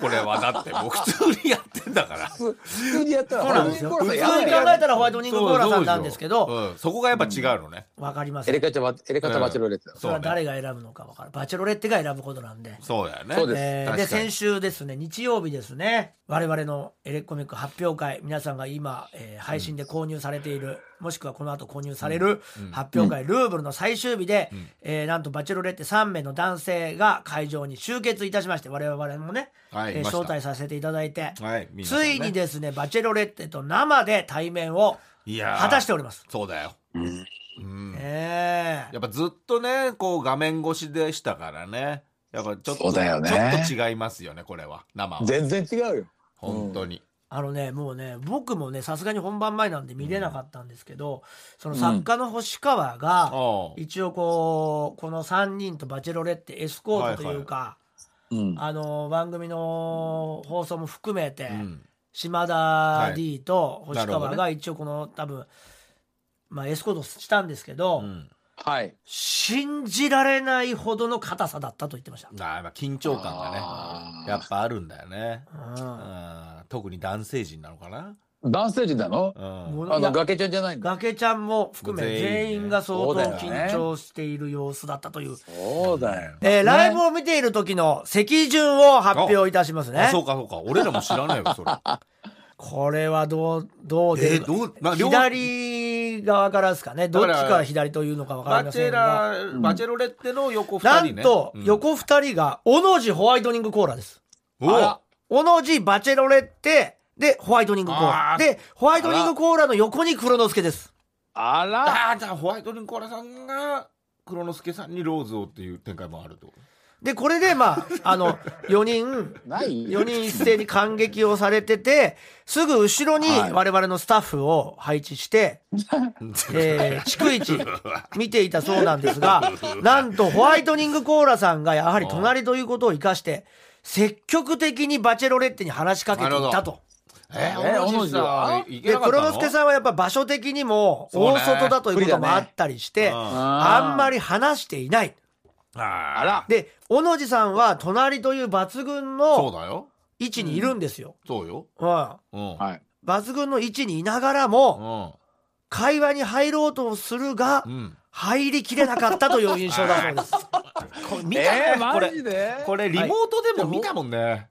Speaker 4: これはだってもう普通にやってんだから
Speaker 5: 普通にやったら
Speaker 3: そうなんですよ
Speaker 5: ホ
Speaker 3: 普
Speaker 5: ワ
Speaker 3: 通
Speaker 5: イト
Speaker 3: に
Speaker 5: ニ
Speaker 3: 考
Speaker 5: ングコーラさんやばい
Speaker 3: えたらホワイトニングコーラさんなんですけど
Speaker 4: そううんそこがやっぱ違うのね、
Speaker 3: わかります
Speaker 5: エレカタバエレカタバチェロレッテだ
Speaker 3: それは誰が選ぶのかわからないバチェロレッテが選ぶことなんで
Speaker 4: そうだよね
Speaker 5: そうです
Speaker 3: えー
Speaker 4: 確か
Speaker 3: で
Speaker 4: に
Speaker 3: 先週ですね日曜日ですね我々のエレコミック発表会皆さんが今、えー配信で購入されている、もしくはこの後購入される発表会、ルーブルの最終日で、えーなんとバチェロレッテ3名の男性が会場に集結いたしまして我々もね、
Speaker 4: はい
Speaker 3: えー
Speaker 4: いました
Speaker 3: 招待させていただいて、
Speaker 4: はい皆さん
Speaker 3: つ
Speaker 4: ね
Speaker 3: いにですねバチェロレッテと生で対面を
Speaker 4: いやー
Speaker 3: 果たしております。
Speaker 4: そうだよ、
Speaker 3: ねえ
Speaker 4: やっぱずっとねこう画面越しでしたからねやっぱちょっ
Speaker 5: そ
Speaker 4: と
Speaker 5: うだよね
Speaker 4: ちょっと違いますよねこれは生は
Speaker 5: 全然違うよ
Speaker 4: 本当に、
Speaker 3: あのねもうね僕もねさすがに本番前なんで見れなかったんですけど、その作家の星川が、
Speaker 4: おう
Speaker 3: 一応こうこの3人とバチェロレッテエスコートというか、
Speaker 5: うん
Speaker 3: あの番組の放送も含めて、
Speaker 4: うん
Speaker 3: 島田 D と星
Speaker 4: なるほ
Speaker 3: 川
Speaker 4: ど
Speaker 3: が一応この多分、まあ、エスコートしたんですけど、
Speaker 4: うん
Speaker 5: はい
Speaker 3: 信じられないほどの硬さだったと言ってました。
Speaker 4: あーやっぱ緊張感が
Speaker 5: あ
Speaker 4: ね
Speaker 5: ー
Speaker 4: やっぱあるんだよね
Speaker 3: うん
Speaker 4: うん特に男性陣なのかな、
Speaker 5: 男性陣なの
Speaker 4: うん、
Speaker 3: もう
Speaker 5: あ
Speaker 3: い
Speaker 5: の
Speaker 3: や
Speaker 5: 崖ちゃんじゃないんだ
Speaker 3: 崖ちゃんも含め
Speaker 4: 全員ね
Speaker 3: 全員が相当
Speaker 5: そうだよね
Speaker 3: 緊張している様子だったという
Speaker 5: そうだよ
Speaker 3: えーライブを見ている時の席順を発表いたします
Speaker 4: あ
Speaker 3: ね。
Speaker 4: そうかそうか俺らも知らない よそれ
Speaker 3: これはどう、どうで、
Speaker 4: えーどうまあ両
Speaker 3: 左側からですかね。どっち
Speaker 4: だか
Speaker 3: からら左というのかわかり
Speaker 4: バ
Speaker 3: ま
Speaker 4: チ
Speaker 3: せ
Speaker 4: ェ
Speaker 3: んが。
Speaker 4: ラーバチェロレッテの横二
Speaker 3: な
Speaker 4: 人ね
Speaker 3: んと、
Speaker 4: うん
Speaker 3: 横二人が、おのじホワイトニングコーラです。
Speaker 4: おう
Speaker 5: あ
Speaker 3: おのじバチェロレッテ、で、ホワイトニングコーラ。
Speaker 4: あー
Speaker 3: で、ホワイトニングコーラの横に黒之助です。
Speaker 5: あら
Speaker 4: ああじゃあホワイトニンコーラさんが黒之助さんにローズをっていう展開もあるってこと
Speaker 3: で、これで、まあ、あ の、4人、
Speaker 5: ない
Speaker 3: 4人一斉に感激をされてて、すぐ後ろに
Speaker 5: はい
Speaker 3: 我々のスタッフを配置 して、えー逐一見ていたそうなんです が、なんとホワイトニングコーラさんがやはり隣ということを生かして、積極的にバチェロレッテに話しかけていたと。
Speaker 4: えー、
Speaker 5: えー
Speaker 4: 小野寺さん、いけ
Speaker 3: で、
Speaker 4: なかったの
Speaker 3: 黒之助さんはやっぱ場所的にも大外だということもあったりして、
Speaker 4: そうね不利だね
Speaker 3: あんまり話していない。
Speaker 4: あ
Speaker 5: あ
Speaker 4: ら。
Speaker 5: ら
Speaker 3: で、小野寺さんは隣という抜群
Speaker 4: そう
Speaker 3: の
Speaker 4: だよ。
Speaker 3: 位置にいるんですよ。
Speaker 4: そうよ。
Speaker 3: うん。
Speaker 4: うん。
Speaker 5: はい
Speaker 3: 抜群の位置にいながら
Speaker 4: う
Speaker 3: も、
Speaker 4: ん。
Speaker 3: 会話に入ろうとするが
Speaker 4: う、ん。
Speaker 3: 入りきれなかったという印象だ そうです。これ見た
Speaker 5: え
Speaker 3: ね
Speaker 5: ー、
Speaker 3: こ
Speaker 5: マ
Speaker 3: れ。
Speaker 5: ジで
Speaker 4: これ、リモートでも見たもんね。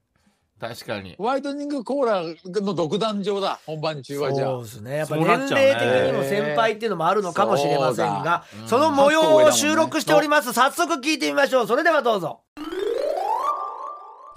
Speaker 4: 確かに。
Speaker 5: ホワイトニングコーラの独壇場だ本番中はじゃ
Speaker 3: そ
Speaker 5: あ
Speaker 3: うですね。やっぱ
Speaker 4: そう
Speaker 3: 年
Speaker 4: な
Speaker 3: 齢
Speaker 4: っちゃうね
Speaker 3: 的にも先輩っていうのもあるのかもしれませんが、その模様を収録しております。早速聞いてみましょう。それではどうぞ。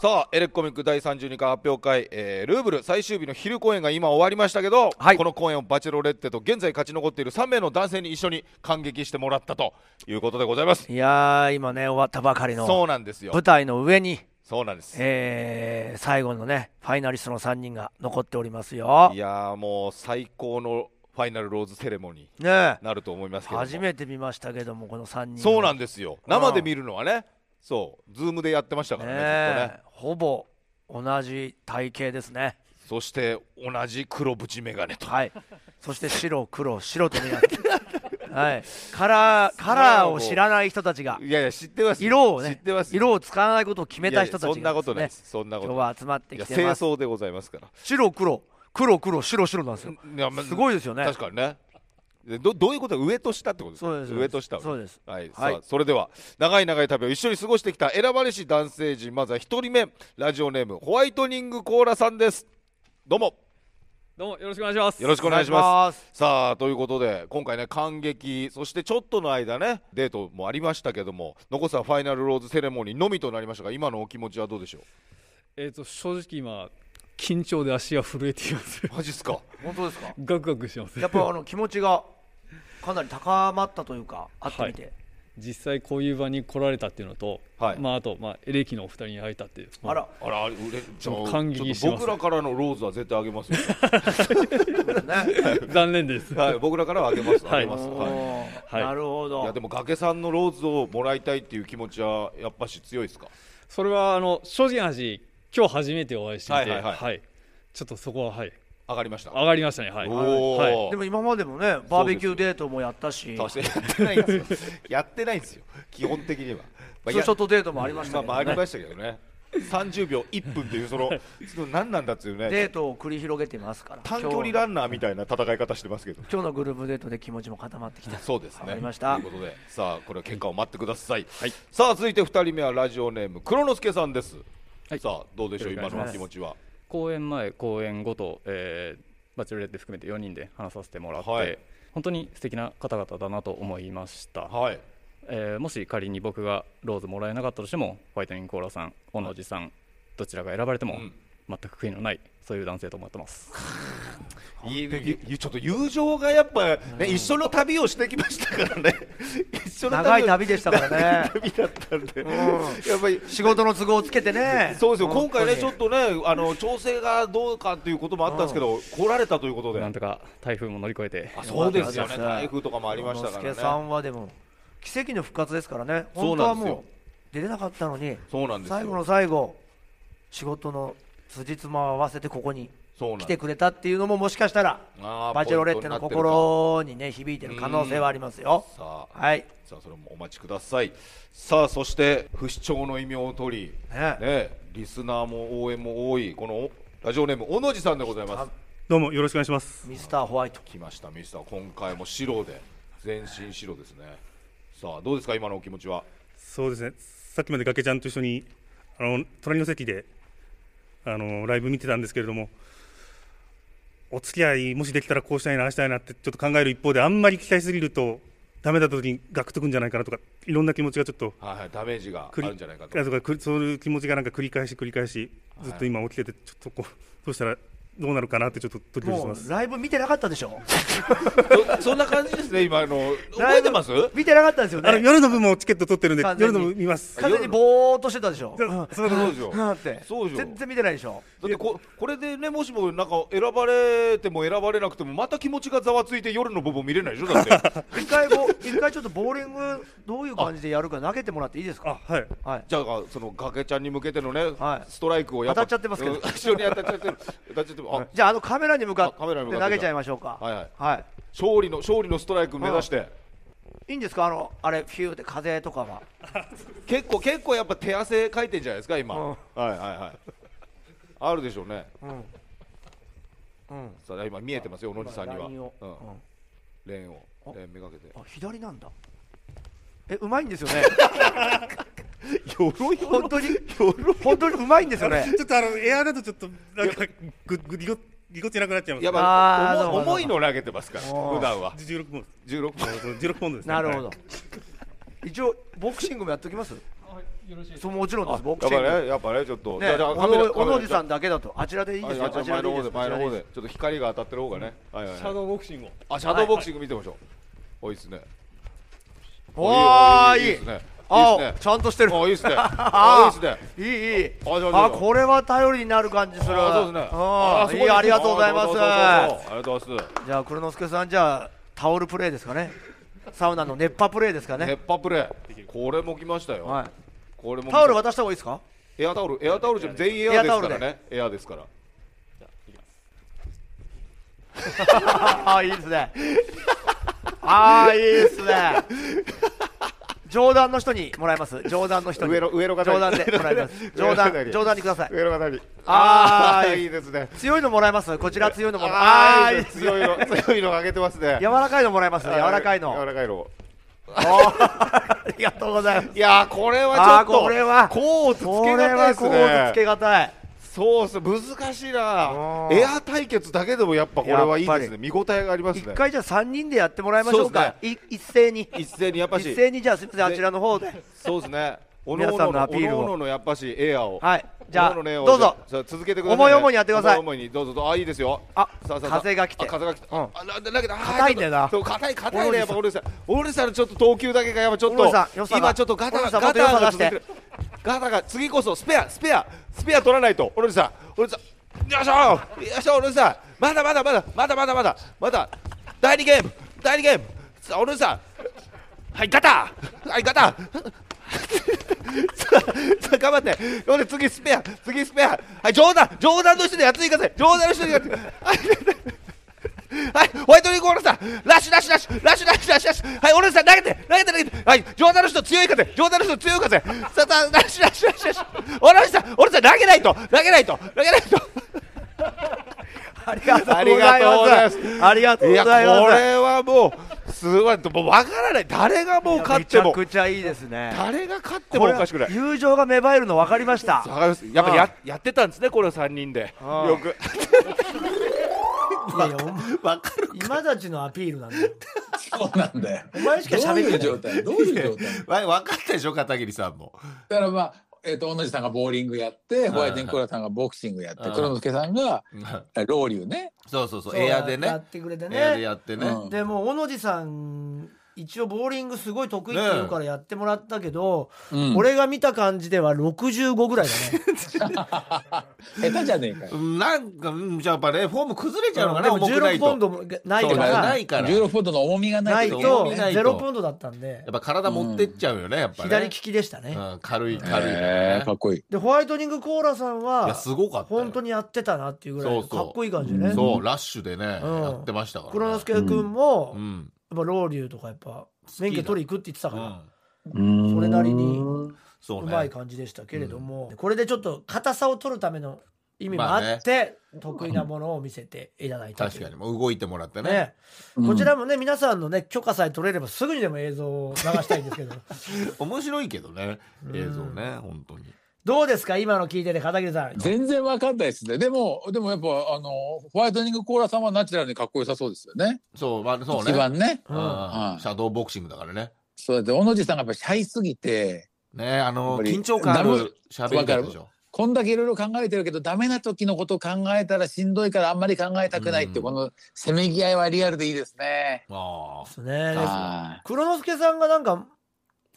Speaker 7: さあエレコミック第32回発表会、えールーブル最終日の昼公演が今終わりましたけど、この公演をバチェロレッテと現在勝ち残っている3名の男性に一緒に感激してもらったということでございます
Speaker 3: いやー、今ね、終わったばかりの
Speaker 7: そうなんですよ
Speaker 3: 舞台の上に、
Speaker 7: そうなんです
Speaker 3: えー最後のね、ファイナリストの3人が残っておりますよ
Speaker 7: い。やーもう最高のファイナルローズセレモニー
Speaker 3: ねえ
Speaker 7: になると思いますけども
Speaker 3: 初めて見ましたけども、この3人。
Speaker 7: そうなん
Speaker 3: で
Speaker 7: ですよ生で見るのはねそうズームでやってましたからねずっとね
Speaker 3: ほぼ同じ体型ですね。
Speaker 7: そして同じ黒縁眼鏡と
Speaker 3: はい。そして白、黒、白とになって。 はい。カラー、カラーを知らない人たちが、
Speaker 7: いやいや知ってますよ
Speaker 3: 色をね、
Speaker 7: 知ってますよ
Speaker 3: 色を使わないことを決めた人たちが、
Speaker 7: いやいやそんなことない
Speaker 3: で
Speaker 7: ですすそんな
Speaker 3: ね
Speaker 7: こと
Speaker 3: 今日は集まって
Speaker 7: い
Speaker 3: き
Speaker 7: や
Speaker 3: て
Speaker 7: 清
Speaker 3: ます。
Speaker 7: 掃でございますから
Speaker 3: 白、黒、黒、黒、白、白なんですよ。
Speaker 7: いやまあ
Speaker 3: すごいですよね。
Speaker 7: 確かにねでどどういうこと上と下ってことですか
Speaker 3: そうです
Speaker 7: 上と下をね
Speaker 3: そうです
Speaker 7: はい、
Speaker 3: はい
Speaker 7: さあそれでは長い長い旅を一緒に過ごしてきた選ばれし男性陣まずは一人目ラジオネームホワイトニングコーラさんですどうも
Speaker 8: どうもよろしくお願いします。
Speaker 7: よろしくお願いし
Speaker 3: お願
Speaker 7: ま
Speaker 3: い
Speaker 7: す
Speaker 3: し
Speaker 7: さあということで今回ね感激そしてちょっとの間ねデートもありましたけども残すはファイナルローズセレモニーのみとなりましたが今のお気持ちはどうでしょ
Speaker 8: えっ、と正直今緊張で足が震えています。
Speaker 7: うマジっすか
Speaker 3: 本当ですか。
Speaker 8: ガクガクしてます。
Speaker 3: やっぱあの気持ちがかなり高まったというか、あってみて。
Speaker 8: 実際こういう場に来られたっていうのと、
Speaker 7: はい
Speaker 8: まああとまあエレキのお二人に会えたっていう。
Speaker 3: あら、
Speaker 7: あらうれじゃあ
Speaker 8: 感激して
Speaker 7: ちょっ
Speaker 8: ま
Speaker 7: と僕
Speaker 8: す
Speaker 7: らからのローズは絶対あげますよ
Speaker 8: 残念です。
Speaker 7: はい、僕らからはあげます。あ
Speaker 8: はい
Speaker 7: げます。は
Speaker 8: はい
Speaker 3: なるほ
Speaker 7: い。いや
Speaker 3: ど
Speaker 7: で。も崖さんのローズをもらいたいっていう気持ちはやっぱし強いですか。
Speaker 8: それはあの正直な話、今日初めてお会いしてみて、
Speaker 7: はいはいはい
Speaker 8: ちょっとそこははい
Speaker 7: 上がりました。
Speaker 8: 上がりましたね。はい。
Speaker 7: お
Speaker 8: はい
Speaker 7: お。
Speaker 3: でも今までもね、バーベキューデートもやったし、
Speaker 7: 達成やってないんですよ。やってないんですよ。基本的には。まあ
Speaker 3: ツーショットデートもありましたけ
Speaker 7: まあ
Speaker 3: ど
Speaker 7: あり
Speaker 3: ね。
Speaker 7: ましたけどね。三十秒一分っていうそのその何なんだっていう
Speaker 3: デ
Speaker 7: ね。
Speaker 3: ートを繰り広げてますから。
Speaker 7: 短距離ランナーみたいな戦い方してますけど。
Speaker 3: 今日のグループデートで気持ちも固まってきた。
Speaker 7: そうですね。
Speaker 3: わかりました
Speaker 7: ということで、さあこれは結果を待ってください。さあ続いて二人目はラジオネーム黒之助さんです。
Speaker 8: はい
Speaker 7: さあどうでしょう
Speaker 8: よろ
Speaker 7: 今
Speaker 8: しくお
Speaker 7: の
Speaker 8: 願いしま
Speaker 7: お
Speaker 8: す
Speaker 7: 気持ちは。
Speaker 8: 公演前公演後と、えーバチェロレッテ含めて4人で話させてもらって、
Speaker 7: はい
Speaker 8: 本当に素敵な方々だなと思いました、
Speaker 7: はい。
Speaker 8: えーもし仮に僕がローズもらえなかったとしてもホワイトニングコーラさん小野寺さんどちらが選ばれても、
Speaker 7: ん
Speaker 8: 全く悔いのないそういう男性と思ってます
Speaker 7: いいゆちょっと友情がやっぱ、ね一緒の旅をしてきましたか らね一緒の
Speaker 3: 長い
Speaker 7: を
Speaker 3: 旅でしたから ね。
Speaker 7: 旅だったんで、やっぱり
Speaker 3: 仕事の都合をつけてね。
Speaker 7: そうですよ今回ねちょ
Speaker 3: 本
Speaker 7: っとねあの調整がどうかということもあったんですけど来られたということで
Speaker 8: なんとか台風も乗り越えて
Speaker 7: あそうですよね
Speaker 3: よかったです
Speaker 7: 台風とかもありました
Speaker 3: 当
Speaker 7: か
Speaker 3: に。
Speaker 7: ら
Speaker 3: 之助さ
Speaker 7: ね
Speaker 3: んはでも、奇跡の復活ですからね。
Speaker 7: そ
Speaker 3: 本
Speaker 7: う
Speaker 3: 当
Speaker 7: な
Speaker 3: は
Speaker 7: んですよ
Speaker 3: もう出れなかったのに、
Speaker 7: そうなんですよ
Speaker 3: 最後の最後、仕事の辻褄を合わせてここに
Speaker 7: そうなん
Speaker 3: 来
Speaker 7: です
Speaker 3: てくれたっていうのももしかしたら、
Speaker 7: あー
Speaker 3: バチェロレッテの
Speaker 7: ポイントになってるか
Speaker 3: 心にね、響いてる可能性はありますよ。
Speaker 7: さあ
Speaker 3: はい。
Speaker 7: さあそれもお待ちくださいさあそして不死鳥の異名を取り、
Speaker 3: ね
Speaker 7: リスナーも応援も多いこのラジオネーム小野寺さんでございます
Speaker 9: どうもよろしくお願いします。
Speaker 3: ミスターホワイト。
Speaker 7: 来ましたミスター今回も白で全身白ですねさあどうですか今のお気持ちは
Speaker 9: そうですね。さっきまで崖ちゃんと一緒にあの隣の席であのライブ見てたんですけれども、お付き合いもしできたらこうしたいなああしたいなってちょっと考える一方で、あんまり期待しすぎるとダメだった時にガクとくんじゃないかなとか、いろんな気持ちがちょっと
Speaker 7: はいはいダメージがあ
Speaker 9: 繰り
Speaker 7: るんじゃないかと
Speaker 9: あとかくそういう気持ちがなんか繰り返し繰り返しずっと今起きてて、ちょっとこうどうしたらどうなるかなってちょっとドキドキし
Speaker 3: も
Speaker 9: ま
Speaker 3: う
Speaker 9: す。
Speaker 3: ライブ見てなかったでしょ
Speaker 7: そ そんな感じですね今あの覚えてます
Speaker 3: 見てなかったですよ
Speaker 9: あの
Speaker 3: ね
Speaker 9: 夜の部もチケット取ってるんで
Speaker 3: 完、全
Speaker 9: 夜
Speaker 3: に
Speaker 9: の部見ます。
Speaker 3: 完全にぼーっとしてたでしょうん
Speaker 9: そう
Speaker 7: そうですよ
Speaker 3: うんって
Speaker 7: そうですよ
Speaker 3: 全然見てないでしょ
Speaker 7: だってここれでねもしもなんか選ばれても選ばれなくてもまた気持ちがざわついて夜の部分見れないでしょ だって
Speaker 3: 一回ぼ一回ちょっとボーリングどういう感じでやるか投げてもらっていいです
Speaker 9: あ
Speaker 3: か
Speaker 9: はい。
Speaker 3: はい
Speaker 7: じゃあその崖ちゃんに向けてのね、
Speaker 3: はい
Speaker 7: ストライクをや
Speaker 3: 当たっちゃってますけど
Speaker 7: うん後ろに当たっちゃってる当たっちゃってるあ、
Speaker 3: じゃああのカメラに向かって
Speaker 7: あカメラに向かって
Speaker 3: 投げちゃいましょうか
Speaker 7: はいはい
Speaker 3: は
Speaker 7: 勝利の勝利のストライク目指して、
Speaker 3: いいいんですかあのあれピューって風とかは
Speaker 7: 結構結構やっぱ手汗かいてんじゃないですか今、
Speaker 3: うん
Speaker 7: はいはいはいあるでしょうね
Speaker 3: うんうん
Speaker 7: さあ今見えてますよ小野寺さんには
Speaker 3: ラインを
Speaker 7: うん
Speaker 3: うん
Speaker 7: レーンを
Speaker 3: あ
Speaker 7: レーンめがけて
Speaker 3: あ左なんだえうまいんです よね
Speaker 7: よろよ
Speaker 3: 本当に本当にうまいんですよね
Speaker 9: ちょっとあの、エアだとちょっと、なんか、ぐ、ぐ、ぎこ、ぎこちなくなっちゃいます
Speaker 7: やっ。
Speaker 3: あー
Speaker 7: ぱ
Speaker 3: どうも
Speaker 7: 重い重いの投げてますから
Speaker 3: おー
Speaker 7: 普段は
Speaker 9: 16ポンド
Speaker 7: 16
Speaker 9: あの16ポンドですね。
Speaker 3: なるほ
Speaker 9: は
Speaker 3: ど
Speaker 9: い。
Speaker 3: 一応ボクシングもやっときます。そうもちろんです。ボク
Speaker 7: やっ
Speaker 3: シン
Speaker 7: ぱ
Speaker 3: グ。ね
Speaker 7: ねやっぱねちょっと、
Speaker 3: え、
Speaker 7: じゃあ
Speaker 3: おのおのじさんだけだとあちらでいい
Speaker 7: いい
Speaker 3: で
Speaker 7: ですす
Speaker 3: よ。
Speaker 7: よ
Speaker 3: あちら
Speaker 7: 前
Speaker 3: でい
Speaker 7: の
Speaker 3: いです
Speaker 7: 方で
Speaker 3: よ。あ
Speaker 7: 前の
Speaker 3: ちら
Speaker 7: 方
Speaker 3: でいい
Speaker 7: でちょっと光が当たってる方がね、はいはいはい、シャドウボクシングあシャドウボクシング見てみましょう、おいいですね
Speaker 3: す。おーいい。
Speaker 7: ですねいい
Speaker 3: あ
Speaker 7: ですね
Speaker 3: ちゃんとしてる。
Speaker 7: あいいですねあ
Speaker 3: あ
Speaker 7: いいで すね
Speaker 3: いいいい。
Speaker 7: あじゃあじゃあ
Speaker 3: あこれは頼りになる感じする。
Speaker 7: あそうですね
Speaker 3: あいいありがとうございます。
Speaker 7: そうそうそうそうありがとうございます
Speaker 3: じゃあ黒之助さんじゃあタオルプレイですかね。サウナの熱波プレイですか
Speaker 7: 熱
Speaker 3: ね。
Speaker 7: 波プレイこれも来ましたよ、
Speaker 3: はい。
Speaker 7: これも
Speaker 3: タオル渡した方がいいですか。
Speaker 7: エアタオルエアタオルじゃ全員エアですからねエアですから
Speaker 3: あいいですね。あーいいですね。上段の人にもらいます。上段の人に。
Speaker 7: 上の上の方に
Speaker 3: 上段でもらいます。上
Speaker 7: 上の方
Speaker 3: 段、
Speaker 7: に
Speaker 3: 上段にください。
Speaker 7: 上の方に
Speaker 3: あー
Speaker 7: ーいいですね
Speaker 3: 強いのもらいます。こちら強いのもらい
Speaker 7: あ
Speaker 3: あー
Speaker 7: ーい
Speaker 3: い
Speaker 7: い
Speaker 3: い
Speaker 7: で
Speaker 3: ですす
Speaker 7: ね強いの強いの上げてますね
Speaker 3: 柔らかいのもらいます。柔らかい
Speaker 7: 柔
Speaker 3: の。
Speaker 7: らかいの
Speaker 3: ありがとうございます。
Speaker 7: いやーこれは
Speaker 3: あ
Speaker 7: ち
Speaker 3: ー
Speaker 7: ょっと
Speaker 3: これは、
Speaker 7: コーツつ
Speaker 3: こ
Speaker 7: け
Speaker 3: れ
Speaker 7: がたい
Speaker 3: は
Speaker 7: です
Speaker 3: こうつけ
Speaker 7: ね
Speaker 3: がたい。
Speaker 7: そうっす難しいな
Speaker 3: うん
Speaker 7: エア対決だけでもやっぱこれはいい
Speaker 3: やっ
Speaker 7: で
Speaker 3: ぱり
Speaker 7: すね見応えがあります
Speaker 3: 一
Speaker 7: ね
Speaker 3: 回じゃあ三人でやってもらいましょうか。い一斉に。
Speaker 7: 一斉にやっぱし
Speaker 3: 一斉にじゃあすみません、あちらの方で。
Speaker 7: そうですねおの
Speaker 3: 皆
Speaker 7: お
Speaker 3: さ
Speaker 7: の
Speaker 3: んの
Speaker 7: の
Speaker 3: アピールを
Speaker 7: おのおののやっぱしエアを
Speaker 3: はい。じゃあ、
Speaker 7: おのおののエアを
Speaker 3: どうぞ。
Speaker 7: じゃあ続けてくださいね
Speaker 3: 思い思いにやってください
Speaker 7: 思い思いにどうぞどうぞあいいですよ
Speaker 3: あ
Speaker 7: さささ
Speaker 3: 風が来て
Speaker 7: あ風が来てあなだけどあー
Speaker 3: 硬いんだよな
Speaker 7: そう硬い硬いねやっぱオルさんオルさんのちょっと投球だけがやっぱちょっ
Speaker 3: オルさん良
Speaker 7: と
Speaker 3: さが
Speaker 7: 今ちょっとガ
Speaker 3: オ
Speaker 7: タ
Speaker 3: ルさ
Speaker 7: ガ
Speaker 3: んも
Speaker 7: タ
Speaker 3: っと良さ出
Speaker 7: が続
Speaker 3: し
Speaker 7: い
Speaker 3: て
Speaker 7: てるガタが次こそスペアスペアスペア取らないとオルさんオルさんよいしょよいしょオルさんまだまだまだまだまだまだまだ第2ゲーム第2ゲームさあオルさんはい、ガタはい、ガタさあ頑張ってほんで次スペア次スペアはい、冗談冗談の人でやっていかせ冗談の人でやってはいはい、ホワイトニングオールさんラッシュラッシュラッシュラッシュラッシュラッシュラッシュはい、オールさん投げて投げて投げてはい、冗談の人強い風冗談の人強い風さあさあラッシュラッシュラッシュラッシュオールさんオールさん投げないと投げないと投げないと
Speaker 3: ありがとう
Speaker 7: ありがとうご
Speaker 3: ござ
Speaker 7: ざ
Speaker 3: いま
Speaker 7: いま
Speaker 3: すす。ありがとう
Speaker 7: いや
Speaker 3: ご
Speaker 7: こ
Speaker 3: ざいます。
Speaker 7: れはもうすごいもうわからない誰がもう勝っても
Speaker 3: めちゃくちゃいいですね
Speaker 7: 誰が勝ってもおかしくない
Speaker 3: 友情が芽生えるの分かりま した
Speaker 7: わかりますやっぱややってたんですねこれ3人で
Speaker 3: ああ
Speaker 7: よく
Speaker 3: 分かる今たちのアピールなんだよ
Speaker 5: そうなんだよ。
Speaker 3: お前しか
Speaker 5: どう
Speaker 3: 喋
Speaker 5: い
Speaker 3: って
Speaker 5: う
Speaker 3: な
Speaker 5: 状
Speaker 3: い
Speaker 5: 態どういう状態
Speaker 7: 分かったでしょ片桐さんも
Speaker 5: だからまあ、えっと同じさんがボーリングやってホワイトニンコラさんがボクシングやって
Speaker 7: うん
Speaker 5: 黒之助さんがロウリュね
Speaker 7: そうそうそう
Speaker 3: そう
Speaker 7: エアでね
Speaker 3: やってくれてね
Speaker 7: エアでやってね
Speaker 5: うん
Speaker 3: でも小野寺さん一応ボーリングすごい得意っていうからやってもらったけど、
Speaker 5: うん
Speaker 3: 俺が見た感じでは65ぐらいだね
Speaker 5: 下手じゃねえかよ
Speaker 7: なんかうん じゃあやっぱねフォーム崩れちゃうのかね
Speaker 3: でも
Speaker 7: 重くない
Speaker 3: 16
Speaker 7: と
Speaker 3: ポンドもない
Speaker 7: そ
Speaker 3: か
Speaker 7: うだよ
Speaker 3: ら
Speaker 7: ないからや
Speaker 5: 16ポンドの重みが
Speaker 3: な
Speaker 5: ない
Speaker 3: い
Speaker 5: と
Speaker 3: と
Speaker 7: 重みないと
Speaker 3: 0ポンドだったんで
Speaker 7: っぱ体持ってっちゃうよねやっぱね
Speaker 3: 左利きでしたね、
Speaker 7: うん軽い軽いから
Speaker 5: え
Speaker 7: ね
Speaker 5: ーかっこいい
Speaker 3: でホワイトニングコーラさん
Speaker 7: いや
Speaker 3: は
Speaker 7: すごかったよ
Speaker 3: 本当にやってたなっていうぐら
Speaker 7: そ
Speaker 3: いう
Speaker 7: そう
Speaker 3: かっこいい感じでね
Speaker 7: そうラッシュでね
Speaker 3: うん
Speaker 7: やってましたからね
Speaker 3: 黒之助君も、
Speaker 7: うん
Speaker 3: やっぱロウリュとかやっぱ免許取り行くって言ってた
Speaker 7: う
Speaker 3: から、
Speaker 7: ん
Speaker 5: そ
Speaker 3: それなりに
Speaker 7: そううね
Speaker 3: まい感じでしたけれども、これでちょっと硬さを取るための意味もあって、得意なものを見せていただいたとい
Speaker 7: 確
Speaker 3: う
Speaker 7: かにもう動いてもらってね
Speaker 3: ね、こちらもね皆さんのね許可さえ取れればすぐにでも映像を流したいんですけど
Speaker 7: 面白いけどね映像ね本当に
Speaker 3: どうですか今の聞いてて片桐さん
Speaker 5: 全然わかんないですねでもでもやっぱあのホワイトニングコーラさんはナチュラルにかっこよさそうですよね
Speaker 7: そうまあそうね
Speaker 5: 一番ね
Speaker 7: うん
Speaker 5: はい
Speaker 7: シャドーボクシングだからね。
Speaker 5: そうだって小野寺さんがやっぱシャイすぎて
Speaker 7: ねあ
Speaker 5: やっ
Speaker 7: の
Speaker 5: ぱり
Speaker 7: 緊張感あ
Speaker 5: ダブ
Speaker 7: る喋り方でしょ。
Speaker 5: こんだけいろいろ考えてるけどダメな時のことを考えたらしんどいからあんまり考えたくないって、
Speaker 7: うん
Speaker 5: このせめぎ合いはリアルでいいですね。
Speaker 7: ああ
Speaker 4: すね。
Speaker 5: は
Speaker 4: 黒之助さんがなんか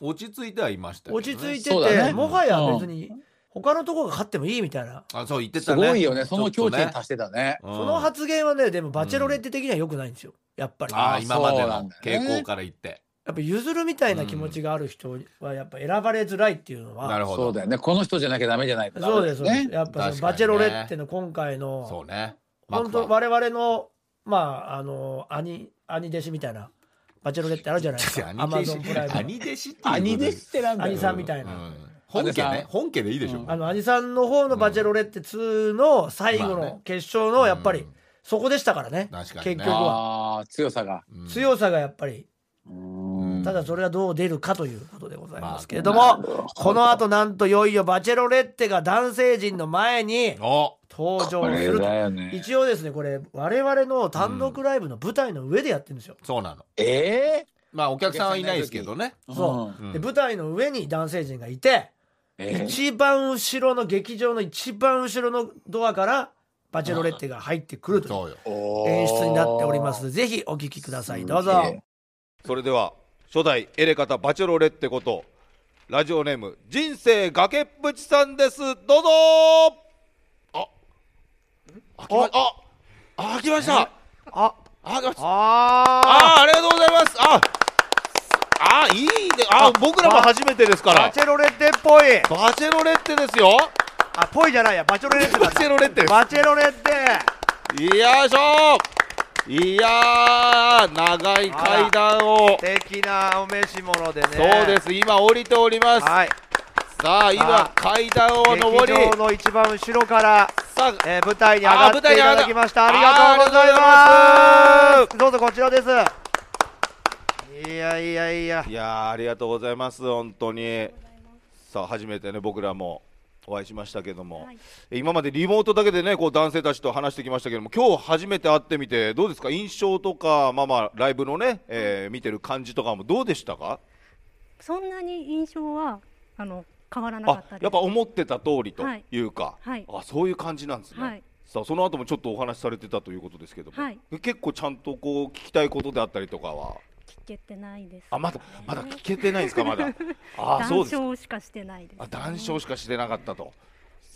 Speaker 7: 落ち着いてはいましたよね
Speaker 4: 落ち着いて
Speaker 5: そうだ
Speaker 4: て、
Speaker 5: ね
Speaker 4: もはや別に他のとこが勝ってもいいみたいな。
Speaker 7: あそう言って
Speaker 5: いす
Speaker 7: たね
Speaker 5: ごいよね。その境地に
Speaker 7: ちょっ
Speaker 5: 達してたね。
Speaker 7: とね
Speaker 4: その
Speaker 7: うん
Speaker 4: 発言はね、でもバチェロレッテ的には良くないんですよ。やっぱり。
Speaker 7: ああ
Speaker 5: ー
Speaker 7: 今まで
Speaker 5: そうな
Speaker 7: の
Speaker 5: んだね
Speaker 7: 傾向から言って
Speaker 4: やっぱ譲るみたいな気持ちがある人はやっぱ選ばれづらいっていうのは。
Speaker 7: なるほ
Speaker 5: そう
Speaker 7: ど
Speaker 5: だよね。この人じゃなきゃダメじゃないとダメ
Speaker 4: そうです、そうです。
Speaker 5: ね。
Speaker 4: やっぱその
Speaker 7: 確かにね
Speaker 4: バチェロレッテの今回
Speaker 7: そ
Speaker 4: の、
Speaker 7: うね
Speaker 4: 本当
Speaker 7: マ
Speaker 4: 我々の、まあ、あの、兄、兄弟子みたいな、バチェロレッテあるじゃないです
Speaker 7: ク
Speaker 4: か。
Speaker 7: は
Speaker 4: アマゾンプライムの。
Speaker 7: 兄弟子っていう
Speaker 5: 兄弟子ってなんだ
Speaker 4: 兄
Speaker 5: よ。
Speaker 4: さんみたいな。
Speaker 7: うん本家ね本家でいいでしょ
Speaker 4: あの、兄さんの方のバチェロレッテ2の最後
Speaker 7: まあね
Speaker 4: の決勝の、やっぱ
Speaker 7: う
Speaker 4: り
Speaker 7: ん、
Speaker 4: そこでしたからね。
Speaker 7: 確かにね
Speaker 4: 結局は。
Speaker 5: ああ、強さが。
Speaker 7: うん
Speaker 4: 強さがやっぱり、
Speaker 7: うん
Speaker 4: ただそれがどう出るかということでございますけれど
Speaker 5: まあ
Speaker 4: も、この後なんといよいよバチェロレッテが男性陣の前に
Speaker 7: お
Speaker 4: 登場
Speaker 5: こ
Speaker 4: す
Speaker 5: れ
Speaker 4: ると
Speaker 5: だ。よね。
Speaker 4: 一応ですね、これ、我々の単独ライブの舞台の上でやってるんですよ。
Speaker 7: そうなの
Speaker 5: ええ
Speaker 7: まあお客さんはいないですけどね
Speaker 4: そ
Speaker 7: うん
Speaker 4: う。で、舞台の上に男性陣がいて、
Speaker 5: ええ
Speaker 4: 一番後ろの劇場の一番後ろのドアから、バチェロレッテが入ってくるという
Speaker 7: そうよ
Speaker 4: 演出になっております。ぜひお聞きください。どう
Speaker 5: すげ
Speaker 4: ぞ
Speaker 5: え。
Speaker 3: それでは初代エレカタバチェロレッテことラジオネーム人生崖っぷちさんですどうぞああきまああ来ましたああ来ましたあ
Speaker 7: ああありがとうございますああいいねあ僕らも初めてですか
Speaker 3: ーバ
Speaker 7: ら
Speaker 3: チェロレッテっぽい
Speaker 7: バチェロレッテですよ
Speaker 3: あぽいじゃないやバチェロレッテ
Speaker 7: バチェロレッテです
Speaker 3: バチェロレッテ
Speaker 7: よいしょいやー長い階段を
Speaker 3: 素敵なお召し物でね
Speaker 7: そうです今降りております
Speaker 3: はい
Speaker 7: さあ今
Speaker 3: あ
Speaker 7: 階段を上り
Speaker 3: 劇場の一番後ろから
Speaker 7: さあ
Speaker 3: えー舞台に上がっていただきました
Speaker 7: あ
Speaker 3: あ
Speaker 7: ー舞
Speaker 3: り
Speaker 7: 台に上が
Speaker 3: が
Speaker 7: った
Speaker 3: とうござい
Speaker 7: あーあり
Speaker 3: ま
Speaker 7: がとうございま
Speaker 3: すすどうぞこちらですいやいやいや
Speaker 7: いやーありがとうございます本当にさあ初めてね僕らもお会いしましたけども、今までリモートだけでねこう男性たちと話してきましたけども今日初めて会ってみてどうですか印象とかまあまあライブのね、えー見てる感じとかもどうでしたか
Speaker 2: そんなに印象はあの変わらなか
Speaker 7: あ
Speaker 2: ったです。
Speaker 7: やっぱ思ってた通りというか、
Speaker 2: はい
Speaker 7: あそういう感じなんですね、
Speaker 2: はい
Speaker 7: さあその後もちょっとお話しされてたということですけども、
Speaker 2: はい
Speaker 7: え結構ちゃんとこう聞きたいことであったりとかは
Speaker 2: 聞けてないです。
Speaker 7: あまだまだ聞けてないんですかま だあそう
Speaker 2: 談
Speaker 7: ですか
Speaker 2: 笑しかしてないです。
Speaker 7: あ談笑しかしてなかったと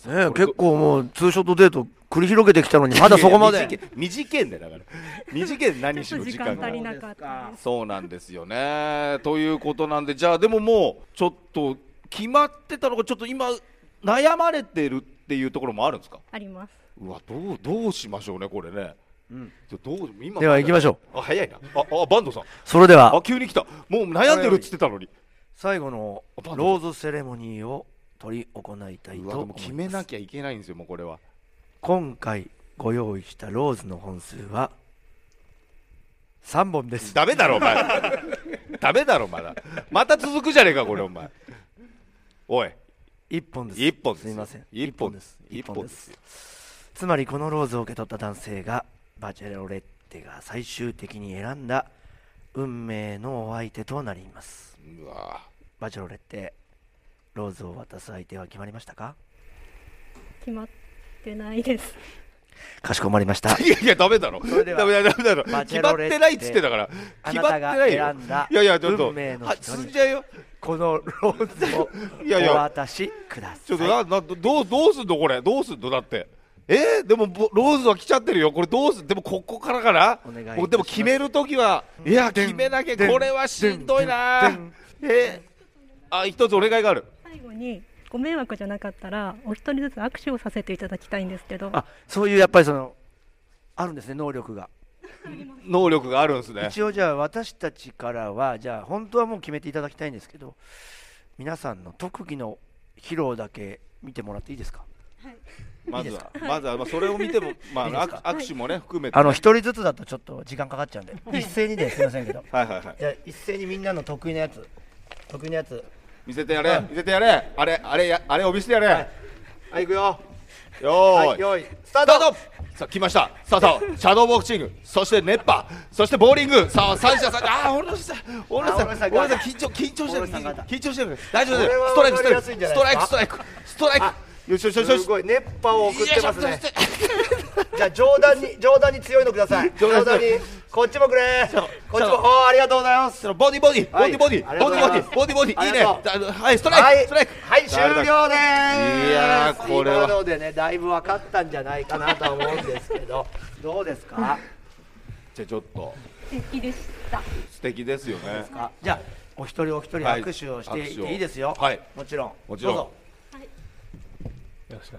Speaker 3: ね結構もうツーショットデート繰り広げてきたのにまだそこまで
Speaker 7: 短いんだよだから短い何
Speaker 2: ち
Speaker 7: し
Speaker 2: ょっ
Speaker 7: ろ
Speaker 2: と
Speaker 7: 時
Speaker 2: 時間
Speaker 7: 間が
Speaker 2: 足りなかったです。
Speaker 7: そうなんですよねということなんでじゃあでももうちょっと決まってたのがちょっと今悩まれてるっていうところもあるんですか
Speaker 2: あります。
Speaker 7: うわどうどうしましょうねこれね、じゃあどう今
Speaker 3: では行きましょ
Speaker 7: うあ早いなああバンドさん
Speaker 3: それで
Speaker 7: あ
Speaker 3: は
Speaker 7: 急に来たもう悩んでるっつってたのに
Speaker 3: 最後のローズセレモニーを取り行いたいうと
Speaker 7: わでも
Speaker 3: 思
Speaker 7: 決
Speaker 3: い
Speaker 7: め
Speaker 3: ま
Speaker 7: な
Speaker 3: す
Speaker 7: きゃいけないんですよもうこれは
Speaker 3: 今回ご用意したローズの本数は3本です
Speaker 7: ダメだろお前ダメだろまだまた続くじゃねえかこれお前おい
Speaker 3: 1本です
Speaker 7: 一本です
Speaker 3: すみません
Speaker 7: 一本
Speaker 3: 一
Speaker 7: 一本
Speaker 3: 本
Speaker 7: で
Speaker 3: ですすつまりこのローズを受け取った男性がバチェロレッテが最終的に選んだ運命のお相手となります
Speaker 7: うわ
Speaker 3: バチェロレッテローズを渡す相手は決まりましたか
Speaker 2: 決まってないです。
Speaker 3: かしこまりま した
Speaker 7: いやいやダメだろ
Speaker 3: れでは
Speaker 7: ダメだダメだろ
Speaker 3: バチ
Speaker 7: 決
Speaker 3: ェ
Speaker 7: まっ
Speaker 3: ロレッテ
Speaker 7: てないっつってだから
Speaker 3: あ
Speaker 7: 決
Speaker 3: な
Speaker 7: まったて
Speaker 3: が
Speaker 7: ないよ
Speaker 3: 選んだ
Speaker 7: いやいやちょっと
Speaker 3: 運命の
Speaker 7: は
Speaker 3: 一人
Speaker 7: 進んじゃうよ
Speaker 3: このローズを
Speaker 7: いやいや
Speaker 3: お渡しください
Speaker 7: ちょっとななどうどうすんのこれどうすんのだってえー、でもぼローズは来ちゃってるよこれどうすんでもここからかな
Speaker 3: お願いいたします
Speaker 7: 僕でも決めるときはいや決めなきゃ
Speaker 3: でん
Speaker 7: これはしんどいな
Speaker 3: でん
Speaker 7: えー、あ一つお願いがある
Speaker 2: 最後にご迷惑じゃなかったらお一人ずつ握手をさせていただきたいんですけど。
Speaker 3: あそういうやっぱりそのあるんですね能力が
Speaker 7: 能力があるんですね
Speaker 3: 一応じゃあ私たちからはじゃあ本当はもう決めていただきたいんですけど皆さんの特技の披露だけ見てもらっていいです か
Speaker 7: まずはまずはまあそれを見てもまあ握握手もね含めて
Speaker 3: あの一人ずつだとちょっと時間かかっちゃうん で一斉にですいませんけ ど
Speaker 7: はいはいはい
Speaker 3: じゃあ一斉にみんなの得意なやつ得意なやつ
Speaker 7: 見せてやれ、見せてやれ、あれ、あれや、あれ、お見せてやれ。はい、い、くよ。よ
Speaker 3: は
Speaker 7: ー
Speaker 3: い
Speaker 7: い、
Speaker 3: 用意ス
Speaker 7: ス
Speaker 3: タ
Speaker 7: タ
Speaker 3: ー
Speaker 7: ー
Speaker 3: ト
Speaker 7: トさあ、来ました。さあ、さあ、シャドーボクシング、そして熱波、そしてボーリング、さあ、三者三者、ああ、俺のさん、俺の
Speaker 3: あ
Speaker 7: さ
Speaker 3: 俺
Speaker 7: ん、
Speaker 3: さん
Speaker 7: 俺のさん、緊張、緊張してる、
Speaker 3: 俺さんが
Speaker 7: 緊張してる、大丈夫
Speaker 3: これはわか
Speaker 7: です。ストライク、
Speaker 3: りやすいんじゃ
Speaker 7: ス
Speaker 3: ない
Speaker 7: トライク、ストライク、ストライク、ストライク。よしよしよしよ
Speaker 3: す
Speaker 7: し
Speaker 3: ごい熱波を送ってますね。 じゃあ冗談に冗談に強いのください。冗談にこっちもくれ。こっちもおーありがとうございます。
Speaker 7: ボディボディボ
Speaker 3: はい
Speaker 7: ディボディ
Speaker 3: ありがと
Speaker 7: ボ
Speaker 3: う
Speaker 7: デ
Speaker 3: ございます
Speaker 7: ィボディボディボディいいね
Speaker 3: ありがとう
Speaker 7: だはいスト
Speaker 3: は
Speaker 7: ライク
Speaker 3: い
Speaker 7: ストライク
Speaker 3: はい終了です。
Speaker 7: いやーこれは
Speaker 3: 今のでねだいぶ分かったんじゃないかなとは思うんですけどどうですか。
Speaker 7: じゃあちょっと
Speaker 2: 素敵でした。
Speaker 7: 素敵ですよね
Speaker 3: あじゃあお一人お一人
Speaker 7: はい
Speaker 3: 握手をしてい
Speaker 7: 握手を
Speaker 3: っていいですよ。
Speaker 7: はい
Speaker 3: もちろん
Speaker 7: もちろん
Speaker 3: どうぞ
Speaker 2: よろし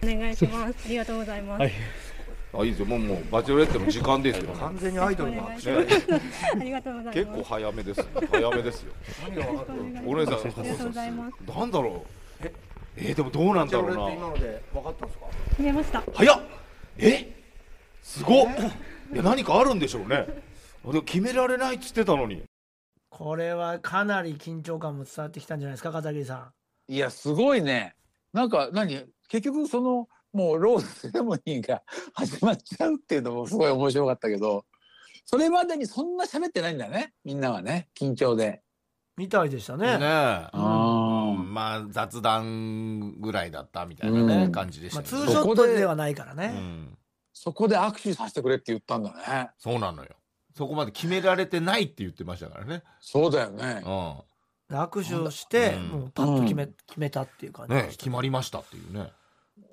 Speaker 2: くお願いします。ありがとうございます。
Speaker 7: あいいですよもうもうバチェロレッテの時間ですよ
Speaker 3: 完全にアイドルの握手。
Speaker 7: ね
Speaker 2: ありがとうござい
Speaker 7: 結
Speaker 2: ます。
Speaker 7: 構早めです早めですよお姉さん
Speaker 2: ありがとうございます。
Speaker 7: なんだろうええでもどうなんだろう
Speaker 3: 俺って
Speaker 7: な
Speaker 3: 今ので分かったんですか。
Speaker 2: 決めました。
Speaker 7: 早っえすごっいや何かあるんでしょうねでも決められないっつってたのに
Speaker 10: これはかなり緊張感も伝わってきたんじゃないですか片桐さん
Speaker 5: いや、すごいね。なんか、何結局、その、もう、ローズセレモニーが始まっちゃうっていうのもすごい面白かったけど、それまでにそんな喋ってないんだね。みんなはね、緊張で。
Speaker 10: みたいでしたね
Speaker 4: ねえ
Speaker 5: あー
Speaker 4: まあ雑談ぐらいだったみたいなね、
Speaker 5: うん
Speaker 4: 感じでし
Speaker 10: まあ、
Speaker 4: た
Speaker 10: ツ
Speaker 4: け
Speaker 10: ー
Speaker 4: ど、
Speaker 10: ショ
Speaker 5: そ
Speaker 10: ッ
Speaker 5: こ
Speaker 10: ト
Speaker 5: で
Speaker 10: ではないからね、
Speaker 4: うん
Speaker 5: そこで握手させてくれって言ったんだね。
Speaker 4: そうなのよそこまで決められてないって言ってましたからね
Speaker 5: そうだよね。
Speaker 4: う
Speaker 10: 握手をして、
Speaker 4: うん
Speaker 10: もうパッと決め,、決めたっていう感
Speaker 4: ん
Speaker 10: じ
Speaker 4: ね
Speaker 10: でし
Speaker 4: 決
Speaker 10: た、
Speaker 4: まりましたっていうね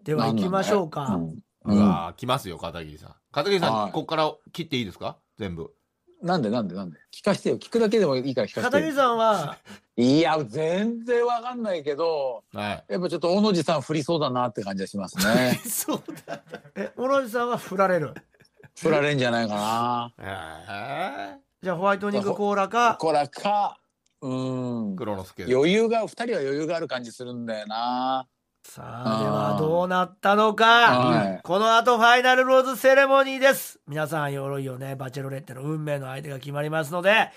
Speaker 10: では行きましょうか、
Speaker 5: なんだね
Speaker 4: う
Speaker 5: うんうん
Speaker 4: わー来ますよ片桐さん片桐さん、
Speaker 5: はい
Speaker 4: ここから切っていいですか全部
Speaker 5: なんでなんでなんで聞かせてよ。聞くだけでもいいから聞かせ
Speaker 10: 片
Speaker 5: て
Speaker 10: 桐
Speaker 5: よ。
Speaker 10: さんはい。
Speaker 5: や、全然わかんないけど、
Speaker 4: はい
Speaker 5: やっぱちょっと、小野寺さん振りそうだなって感じがしますね
Speaker 10: そうだえ小野寺さんは振られる
Speaker 5: 振られんじゃないかな。
Speaker 4: え
Speaker 10: じゃあホワイトニングコーラか
Speaker 5: こらか、うーん
Speaker 4: ー、。黒之助
Speaker 5: 余裕が、二人は余裕がある感じするんだよな。
Speaker 10: さあではどうなったのか、
Speaker 5: はい
Speaker 10: この後ファイナルローズセレモニーです皆さんいよいよねバチェロレッテの運命の相手が決まりますので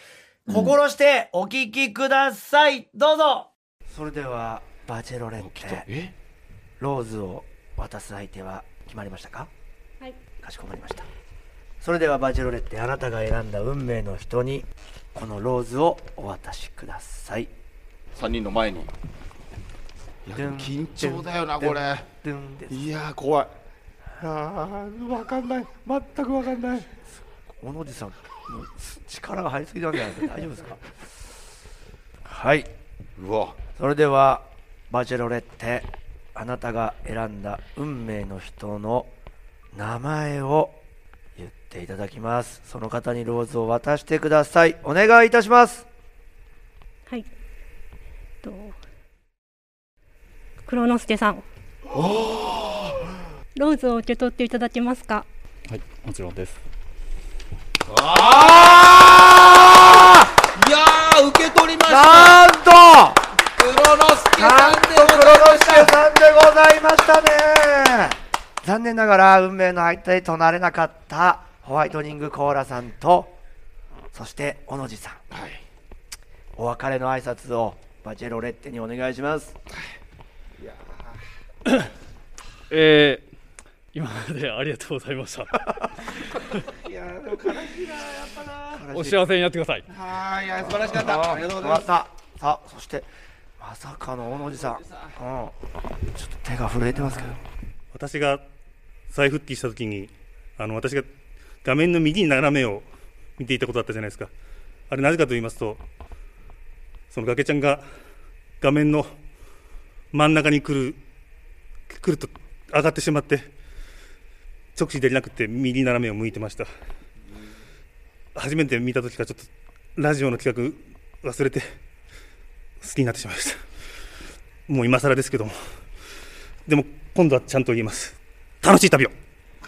Speaker 10: 心してお聞きください、どうぞ
Speaker 3: それではバチェロレッテ
Speaker 4: え
Speaker 3: ローズを渡す相手は決まりましたか
Speaker 2: はい。
Speaker 3: かしこまりましたそれではバチェロレッテあなたが選んだ運命の人にこのローズをお渡しください
Speaker 7: 3人の前に
Speaker 4: 緊張だよなこれ
Speaker 3: ドゥンです
Speaker 7: いやー怖いあーわかんない全くわかんない
Speaker 3: 小野寺さんもうす力が入りすぎなんじゃないですか大丈夫ですかはいう
Speaker 7: わ
Speaker 3: それではバチェロレッテあなたが選んだ運命の人の名前を言っていただきますその方にローズを渡してくださいお願いいたします
Speaker 2: はい。えっと。黒之助さん。ローズを受け取っていただけますか。
Speaker 6: はいもちろんです
Speaker 4: あーいやー受け取りました
Speaker 3: なんと
Speaker 4: 黒之助
Speaker 3: な
Speaker 4: さ
Speaker 3: ん
Speaker 4: ん
Speaker 3: と
Speaker 4: で
Speaker 3: 黒之
Speaker 4: ございまし
Speaker 3: 助
Speaker 4: た
Speaker 3: さんでございましたね残念ながら運命の相手となれなかったホワイトニングコーラさんとそして小野寺さん
Speaker 4: はい
Speaker 3: お別れの挨拶をバチェロレッテにお願いします
Speaker 6: えー、今までありがとうございましたお幸せになってください
Speaker 7: あーいや素晴らしかったありがとうござい
Speaker 3: またさあそしてまさかの小野寺さん、うん、ちょっと手が震えてますけど
Speaker 8: 私が再復帰した時にあの私が画面の右に斜めを見ていたことだったじゃないですかあれなぜかと言いますとその崖ちゃんが画面の真ん中に来る来ると上がってしまって直視できなくて右斜めを向いてました初めて見た時からちょっとラジオの企画忘れて好きになってしまいましたもう今更ですけどもでも今度はちゃんと言います。楽しい旅を。
Speaker 4: お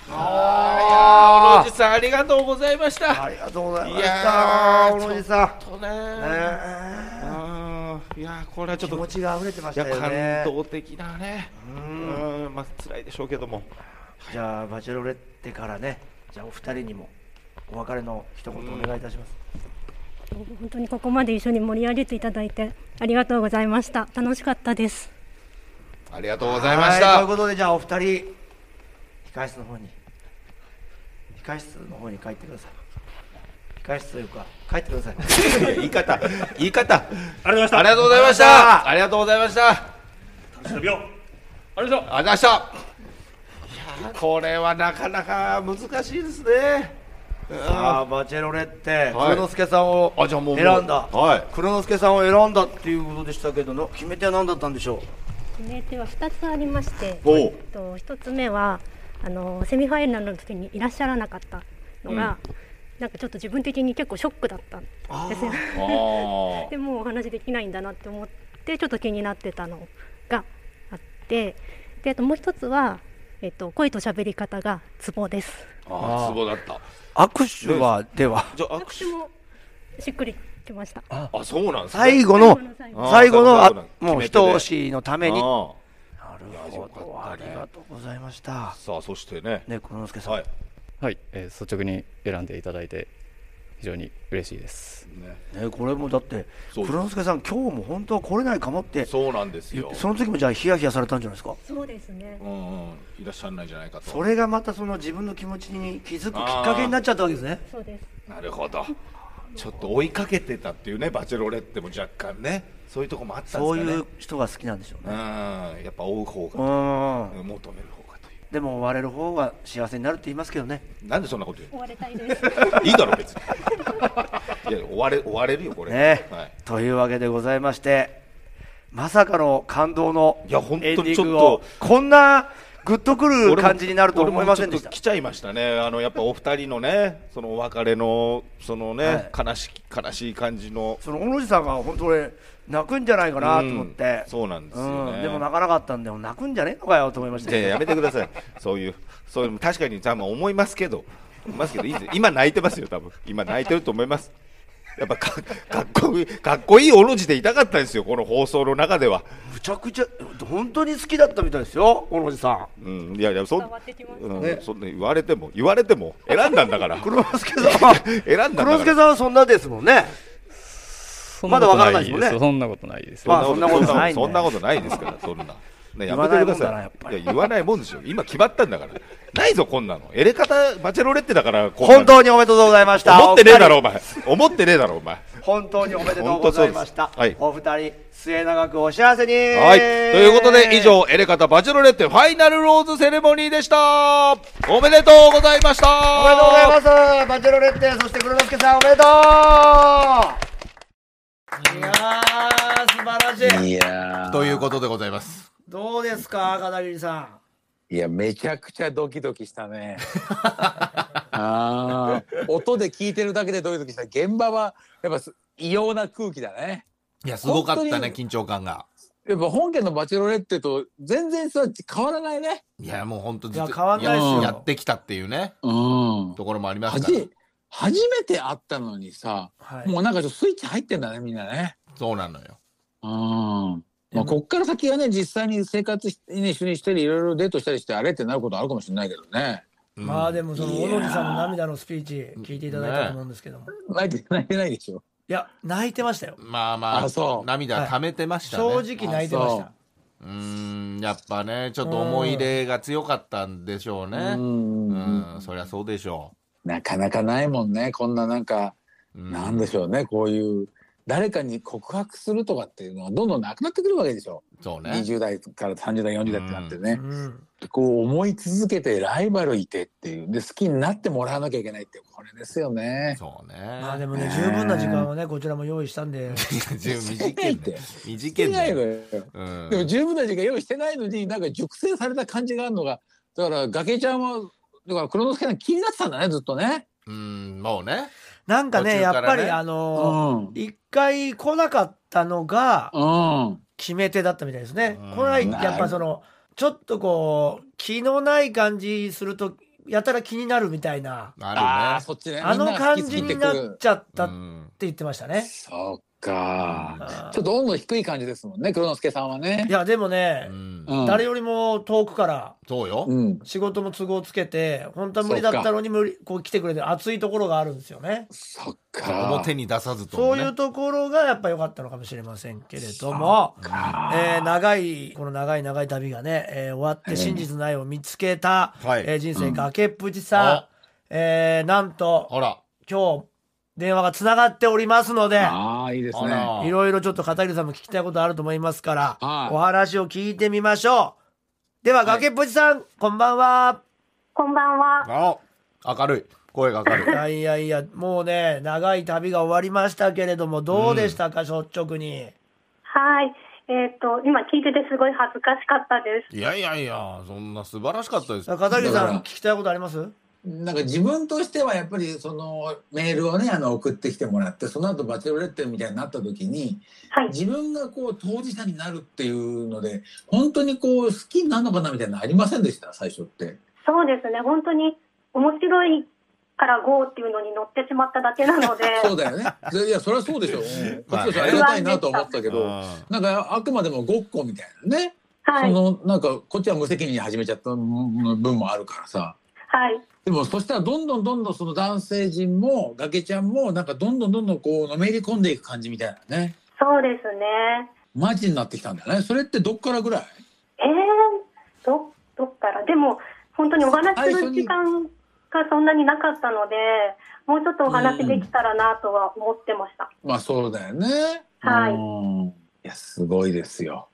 Speaker 4: じさんありがとうございました
Speaker 3: ありがとうございまし
Speaker 4: い
Speaker 3: た
Speaker 4: やー
Speaker 3: 小野寺さ
Speaker 4: とね
Speaker 3: ん、ねえ
Speaker 4: あーいやーこれはちょ
Speaker 3: 気
Speaker 4: っと
Speaker 3: 持ちが溢れてまし
Speaker 7: いや
Speaker 3: たよね
Speaker 7: 感動的なねうんまあ辛いでしょうけども
Speaker 3: じゃあバチェロレッテからねじゃあお二人にもお別れの一言お願いいたします、
Speaker 2: 本当にここまで一緒に盛り上げていただいてありがとうございました。楽しかったです。
Speaker 4: ありがとうございまし
Speaker 3: はい
Speaker 4: た
Speaker 3: ということでじゃあお二人控室の方に控室の方に帰ってください控室というか帰ってください
Speaker 7: 言い方言い方
Speaker 8: ありがとうございました。
Speaker 4: ありがとうございましたありがとうございました
Speaker 8: 楽しい旅を。
Speaker 7: ありがとうございましたいやーこれはなかなか難しいですね
Speaker 3: あーバチェロレッテ、
Speaker 7: はい
Speaker 3: 黒之助さんを選
Speaker 7: あじゃあもうんもう
Speaker 3: だ、
Speaker 7: はい
Speaker 3: 黒之助さんを選んだっていうことでしたけどの決め手は何だったんでしょ
Speaker 8: 決め手は2つありまして、
Speaker 3: おう
Speaker 8: えっと、1つ目はあのセミファイナルの時にいらっしゃらなかったのが、なんかちょっと自分的に結構ショックだったんですよ
Speaker 11: あー
Speaker 8: でもうお話できないんだなって思ってちょっと気になってたのがあってであともう一つは、えっと、声と喋り方がツボです
Speaker 7: ああツボだった
Speaker 3: 握手はでは
Speaker 7: じゃあ握
Speaker 8: 私もしっくりきました
Speaker 7: あそうなんですね
Speaker 3: 最後の最後の
Speaker 7: あ
Speaker 3: あ
Speaker 7: ーそうなん
Speaker 3: もう
Speaker 7: 決め手で
Speaker 3: 一押しのために
Speaker 7: あー
Speaker 3: なるほどありがとうございました
Speaker 7: さあそしてね
Speaker 3: ね黒之助さん、
Speaker 7: はい、
Speaker 6: はい、えー率直に選んでいただいて非常に嬉しいです、
Speaker 3: ね、これもだって黒之助さん今日も本当は来れないかもって
Speaker 7: そうなんですよ
Speaker 3: その時もじゃあヒヤヒヤされたんじゃないですか
Speaker 8: そうですね
Speaker 7: うんうんいらっしゃらないんじゃないかと
Speaker 3: それがまたその自分の気持ちに気づくきっかけになっちゃったわけですね
Speaker 8: そうです
Speaker 7: なるほどちょっと追いかけてたっていうねバチェロレッテも若干ねそういうとこもあったんですかね
Speaker 3: そういう人が好きなんでしょう
Speaker 7: うん
Speaker 3: ね
Speaker 7: やっぱ追う方が
Speaker 3: う
Speaker 7: 求める方が
Speaker 3: でも追われる方が幸せになるって言いますけどね
Speaker 7: なんでそんなこと言
Speaker 8: 追われたいです
Speaker 7: ういいだろ別にいや追われ追われるよこれ
Speaker 3: ね、
Speaker 7: はい
Speaker 3: というわけでございましてまさかの感動のエンデ
Speaker 7: 当にちょっ
Speaker 3: ィン
Speaker 7: と
Speaker 3: グをこんなグッとくる感じになると思いませんでした
Speaker 7: 俺もちょっと来ちゃいましたねあのやっぱお二人のねそのお別れのそのね、悲しき悲しい感じの
Speaker 3: その小野寺さんが本当俺泣くんじゃないかなと思って、
Speaker 7: うんそうなんですよね
Speaker 3: うんでも泣かなかったんで泣くんじゃねえのかよと思いました
Speaker 7: いやいややめてくださいそういうそういう確かに多分思いますけど思いますけどいいです今泣いてますよ多分今泣いてると思いますやっぱかかっこいいかっこいいおの字でいたかったんですよこの放送の中では
Speaker 3: むちゃくちゃ本当に好きだったみたいですよ小野寺さん
Speaker 7: うんいやいやそん
Speaker 3: 伝わってきました
Speaker 7: う
Speaker 3: ね
Speaker 7: んそんな言われても言われても選んだんだから黒
Speaker 3: 之助さんは
Speaker 7: 選んだんだ
Speaker 3: 黒
Speaker 7: か
Speaker 3: 助
Speaker 7: ら
Speaker 3: さんはそんなですもんねまだわからないですもんね
Speaker 6: そんなことないです
Speaker 3: まあそんなことないんだよ
Speaker 7: そんなことないですからそんなね
Speaker 3: 言
Speaker 7: や
Speaker 3: わ
Speaker 7: め
Speaker 3: な
Speaker 7: て
Speaker 3: い
Speaker 7: く
Speaker 3: も
Speaker 7: だ
Speaker 3: んだな
Speaker 7: さ
Speaker 3: やっ
Speaker 7: いいや言わないもんですよ今決まったんだからないぞこんなのエレ方バチェロレッテだからこんなの
Speaker 3: 本当におめでとうございました
Speaker 7: 思ってねえだろお
Speaker 3: お二
Speaker 7: 前思ってねえだろお前
Speaker 3: 人本当におめでとうございました
Speaker 7: 本当そうですは
Speaker 3: お
Speaker 7: い
Speaker 3: 二人末永くお幸せに
Speaker 7: はい。ということで、以上、エレカタバチェロレッテファイナルローズセレモニーでした。おめでとうございました。
Speaker 3: おめでとうございますバチェロレッテそして黒之助さんおめでとう素晴らしい
Speaker 5: いやー
Speaker 4: ということでございます。
Speaker 3: どうですか片桐さん
Speaker 5: いやめちゃくちゃドキドキした ね。あー音で聞いてるだけでドキドキした現場はやっぱす異様な空気だね。
Speaker 4: いや、すごかった
Speaker 5: 本当
Speaker 4: ね、
Speaker 5: に
Speaker 4: 緊張感が。
Speaker 5: やっぱ本家のバチェロレッテと全然そう変わらないね。
Speaker 4: いや、もう本当ずっ
Speaker 5: い
Speaker 4: と
Speaker 5: や変わんないっすよ
Speaker 4: やってきたっていうね、ところもありま
Speaker 5: は
Speaker 4: すから
Speaker 5: じ初めて会ったのにさ、
Speaker 4: はい
Speaker 5: もうなんかちょっとスイッチ入ってんだねみんなね。
Speaker 4: そうなのよ。
Speaker 5: うん。まあ、こっから先はね実際に生活し、ね、一緒にしたりいろいろデートしたりしてあれってなることあるかもしれないけどね。
Speaker 3: まあでもその
Speaker 5: い
Speaker 3: 小
Speaker 5: やー
Speaker 3: 野寺さんの涙のスピーチ聞いていただいたと思うんですけども、
Speaker 5: 泣いて泣いてないでしょ。
Speaker 3: いや泣いてましたよ
Speaker 4: まあま
Speaker 5: あそ
Speaker 4: あ、
Speaker 5: う
Speaker 4: 涙溜めてましたね。
Speaker 3: はい正直泣いてました
Speaker 4: あそう。うーん、やっぱね、ちょっと思い入れが強かったんでしょうね。うん、そりゃそうでしょ
Speaker 5: なかなかないもんねこんななんか、なんでしょうねこういう誰かに告白するとかっていうのはどんどんなくなってくるわけでしょ
Speaker 4: う。そうね。
Speaker 5: 20代から30代40代ってなってね、こう思い続けてライバルいてっていうで好きになってもらわなきゃいけないっていうこれですよね。
Speaker 4: そうね
Speaker 3: まあでもね十分な時間をねこちらも用意したんで
Speaker 4: 十分
Speaker 5: 短いね
Speaker 4: 短い
Speaker 5: ねないのよ、
Speaker 4: ん
Speaker 5: でも十分な時間用意してないのになんか熟成された感じがあるのがだから崖ちゃんはだから黒之助さん気になってたんだねずっとね。
Speaker 4: う。うん、もうね。
Speaker 3: なんかね
Speaker 4: 途中
Speaker 3: やっ
Speaker 4: からね
Speaker 3: ぱりあのー一、回来なかったのが
Speaker 5: うん
Speaker 3: 決め手だったみたいですね、来ないってやっぱそのちょっとこう気のない感じするとやたら気になるみたいな
Speaker 4: あ
Speaker 5: あーそっちね
Speaker 3: あの
Speaker 5: みんなが
Speaker 3: 感
Speaker 5: 引きつ
Speaker 3: じ
Speaker 5: けて
Speaker 3: に
Speaker 5: くる
Speaker 3: なっちゃったって言ってましたね、
Speaker 5: そっかちょっと温度低い感じですもんね黒之助さんはね。
Speaker 3: いやでもね、
Speaker 5: うん
Speaker 3: 誰よりも遠くから
Speaker 4: そうよ。
Speaker 5: うん
Speaker 3: 仕事も都合つけて本当は無理だったのに無理こう来てくれてる熱いところがあるんですよね
Speaker 4: 表に出さずと
Speaker 3: そ
Speaker 4: も
Speaker 3: う
Speaker 4: ね。
Speaker 3: いうところがやっぱ良かったのかもしれませんけれども、えー長いこの長い長い旅がね、えー終わって真実の愛を見つけた、
Speaker 4: はい
Speaker 3: えー人
Speaker 4: う
Speaker 3: 生
Speaker 4: ん
Speaker 3: 崖っぷちさ、えーなんと今日電話がつながっておりますので
Speaker 5: ああいいですねあら
Speaker 3: いろいろちょっと片桐さんも聞きたいことあると思いますから、
Speaker 5: はい
Speaker 3: お話を聞いてみましょう。では、崖っぷちさん、こんばんは。
Speaker 8: こんばんは。
Speaker 4: あ明るい声が明るい
Speaker 3: いやいやいや、もうね、長い旅が終わりましたけれども、どうでしたか、率直に。
Speaker 8: はい。えっ、と、今聞いててすごい恥ずかしかっ たです。
Speaker 4: いやいやいや、そんな素晴らしかったです。
Speaker 3: 片桐さん、聞きたいことあります
Speaker 5: なんか自分としてはやっぱりそのメールをねあの送ってきてもらってその後バチェロレッテみたいになった時に、自分がこう当事者になるっていうので本当にこう好きになるのかなみたいなのありませんでした最初って。
Speaker 8: そうですね。本当に面白いからゴーっていうのに乗ってしまっただけなので。
Speaker 5: そうだよね。それいやそれはそうでしょう。うんこっちこそありがたいなと思ったけど、なんかあくまでもごっこみたいなね。
Speaker 8: はい
Speaker 5: そのなんかこっちは無責任に始めちゃった分もあるからさ。
Speaker 8: はい。
Speaker 5: でもそしたらどんどんどんどんその男性陣も崖ちゃんもなんかどんどんどんどんこうのめり込んでいく感じみたいなね
Speaker 8: そうですね。
Speaker 5: マジになってきたんだよねそれってどっからぐらい
Speaker 8: えー、ど、どっから。でも、本当にお話しする時間がそんなになかったので、もうちょっとお話できたらなとは思ってました。
Speaker 5: まあそうだよね
Speaker 8: はい
Speaker 5: うんいやすごいですよ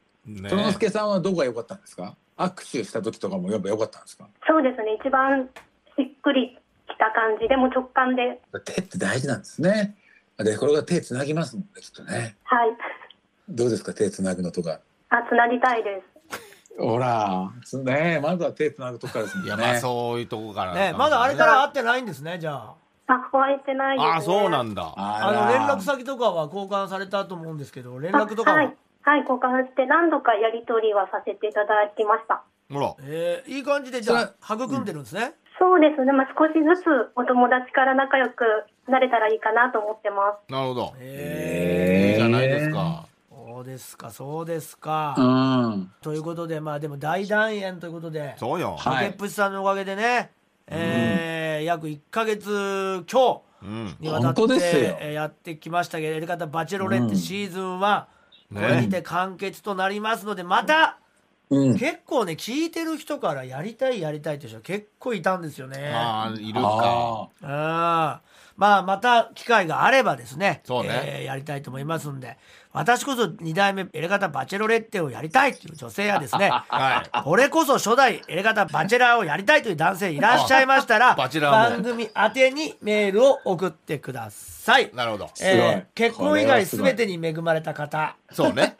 Speaker 5: そのすけさんはどこが良かったんですか握手した時とかもやっぱ良かったんですか
Speaker 8: そうですね。一番しっくりきた感じで、もう直感で。
Speaker 5: 手って大事なんですねでこれが手つなぎますもんねきっとね
Speaker 8: はい。
Speaker 5: どうですか手つなぐのとか
Speaker 8: あ、つなぎたいです。
Speaker 5: ほらつねえまずは手つなぐとこからですもんねいやまあ
Speaker 4: そういうとこから
Speaker 3: ね、まだあれから会ってないんですね、じゃあ。
Speaker 8: あ、お会いしてないです、ね。
Speaker 4: なんだ
Speaker 3: あの、連絡先とかは交換されたと思うんですけど、連絡とか
Speaker 8: あ
Speaker 3: は。
Speaker 8: はい、はい、交換して何度かやり取りはさせていただきました。
Speaker 4: ほら。
Speaker 3: えーいい感じで、じゃあ、育んでるんですね。
Speaker 8: そうですね、まあ、少しずつお友達から仲良くなれたらいいかなと思ってます。
Speaker 4: なるほど。
Speaker 3: え
Speaker 4: いいじゃないですか。
Speaker 3: そうですか、そうですか。
Speaker 4: うん
Speaker 3: ということで、まあでも大団円ということで、
Speaker 4: そうよ。
Speaker 3: ハゲップスさんのおかげでね、えー約1ヶ月強
Speaker 4: うん
Speaker 3: にわたって
Speaker 5: 本当ですよ
Speaker 3: えーやってきましたけど、やり方バチェロレッテシーズンは、こ
Speaker 5: ね
Speaker 3: れにて完結となりますので、また、
Speaker 5: うん
Speaker 3: 結構ね、聞いてる人からやりたい、やりたいという人結構いたんですよね。
Speaker 4: あーいるか
Speaker 3: うんまあ、また機会があればですね、
Speaker 4: そうね
Speaker 3: えーやりたいと思いますんで、私こそ2代目エレガタバチェロレッテをやりたいという女性やですね、
Speaker 4: はい
Speaker 3: 俺こそ初代エレガタバチェラーをやりたいという男性いらっしゃいましたら、
Speaker 4: バチェラーも
Speaker 3: 番組宛てにメールを送ってください。
Speaker 4: なるほど。
Speaker 3: えー結婚以外
Speaker 4: す
Speaker 3: す
Speaker 4: べ
Speaker 3: べ。てに恵まれた方。
Speaker 4: そう ね。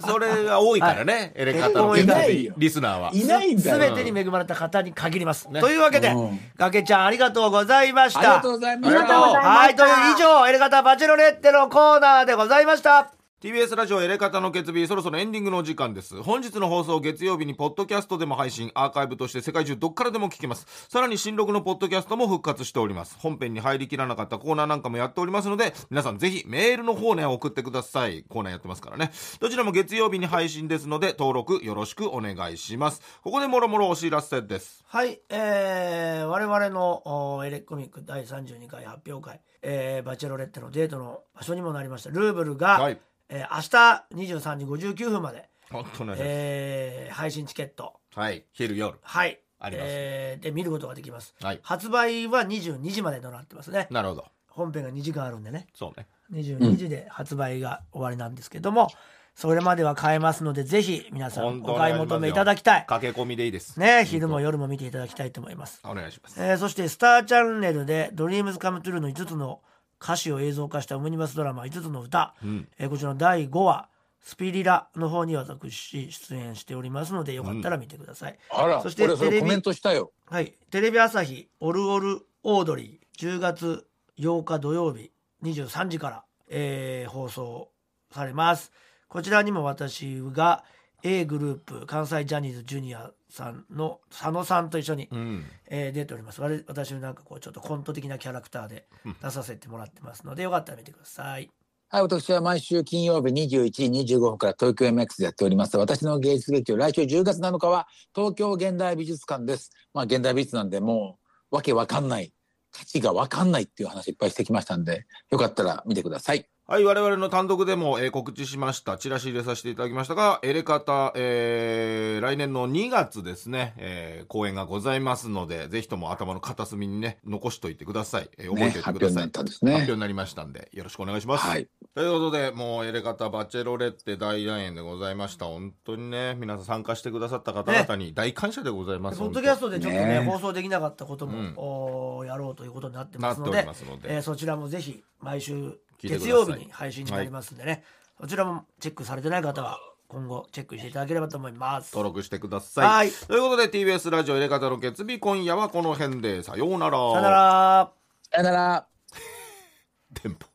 Speaker 4: それが多いからね、エレカタの
Speaker 3: 結婚以外
Speaker 4: リスナーは。
Speaker 3: 全てに恵まれた方に限ります。
Speaker 4: ね
Speaker 3: というわけで、崖ちゃんありがとうございました。
Speaker 5: ありがとうございました
Speaker 3: ありがとうはい、という以上、エレガタバチェロレッテのコーナーでございました。
Speaker 4: TBS ラジオエレカタの決日そろそろエンディングのお時間です本日の放送を月曜日にポッドキャストでも配信アーカイブとして世界中どっからでも聞けますさらに新録のポッドキャストも復活しております本編に入りきらなかったコーナーなんかもやっておりますので皆さんぜひメールの方ね送ってくださいコーナーやってますからねどちらも月曜日に配信ですので登録よろしくお願いしますここでもろもろお知らせです
Speaker 3: はい、えー、我々のおーエレコミック第32回発表会、えーバチェロレッテのデートの場所にもなりました、ルーブルが、えー明日23時59分まで、
Speaker 4: 本当ね、
Speaker 3: えー配信チケット、
Speaker 4: はい昼夜
Speaker 3: はい、
Speaker 4: あります
Speaker 3: えーで見ることができます。
Speaker 4: はい
Speaker 3: 発売は22時までとなってますね。
Speaker 4: なるほど
Speaker 3: 本編が2時間あるんでね。
Speaker 4: そうね
Speaker 3: 22時で発売が終わりなんですけども、それまでは買えますので、ぜひ皆さんお買い求めいただきたい。
Speaker 4: 駆け込みでいいです
Speaker 3: ね、昼も夜も見ていただきたいと思います。
Speaker 4: お願いします
Speaker 3: えーそして、スターチャンネルで、ドリームズカムトゥルーの5つの歌詞を映像化したオムニバスドラマ5つの歌、
Speaker 4: うん
Speaker 3: えーこちらの第5話、スピリラの方に私出演しておりますので、よかったら見てください。
Speaker 5: あら
Speaker 3: そして
Speaker 5: 俺
Speaker 3: テ
Speaker 5: それ
Speaker 3: レ
Speaker 5: コ
Speaker 3: ビ
Speaker 5: メントしたよ
Speaker 3: はい、テレビ朝日「オルオルオードリー」10月8日土曜日23時から、えー放送されますこちらにも私が A グループ関西ジャニーズジュニアさんの佐野さんと一緒に、
Speaker 4: うん
Speaker 3: えー出ておりますわれ私のなんかこうちょっとコント的なキャラクターで出させてもらってますのでよかったら見てください
Speaker 5: はい、私は毎週金曜日21時25分から東京 MX でやっております。私の芸術劇を来週10月7日は東京現代美術館です。まあ現代美術なんでもうわけわかんない、価値がわかんないっていう話いっぱいしてきましたんで、よかったら見てください。
Speaker 4: はい、我々の単独でも、えー告知しました。チラシ入れさせていただきましたが、エレカタ、えー来年の2月ですね、えー公演がございますので、ぜひとも頭の片隅にね、残しといてください。えー覚えておいてくださ
Speaker 5: ね発表に
Speaker 4: い。
Speaker 5: なったんですね
Speaker 4: 発表になりましたんで、よろしくお願いします。
Speaker 5: はい。
Speaker 4: ということで、もう、エレカタバチェロレッテ大団円でございました。本当にね、皆さん参加してくださった方々に大感謝でございます。
Speaker 3: ポッドキャストでちょっとね放送できなかったことも、おーやろうということになってますの
Speaker 4: なっ
Speaker 3: で
Speaker 4: ておりますので
Speaker 3: えーそちらもぜひ毎週
Speaker 4: 聞いてください
Speaker 3: 月曜日に配信になりますんでね、そちらもチェックされてない方は今後チェックしていただければと思います。
Speaker 4: 登録してください。
Speaker 3: はい
Speaker 4: ということで、TBS ラジオエレカタの月日、今夜はこの辺で、さようなら。
Speaker 3: さよなら。
Speaker 5: さよなら。
Speaker 4: テンポ。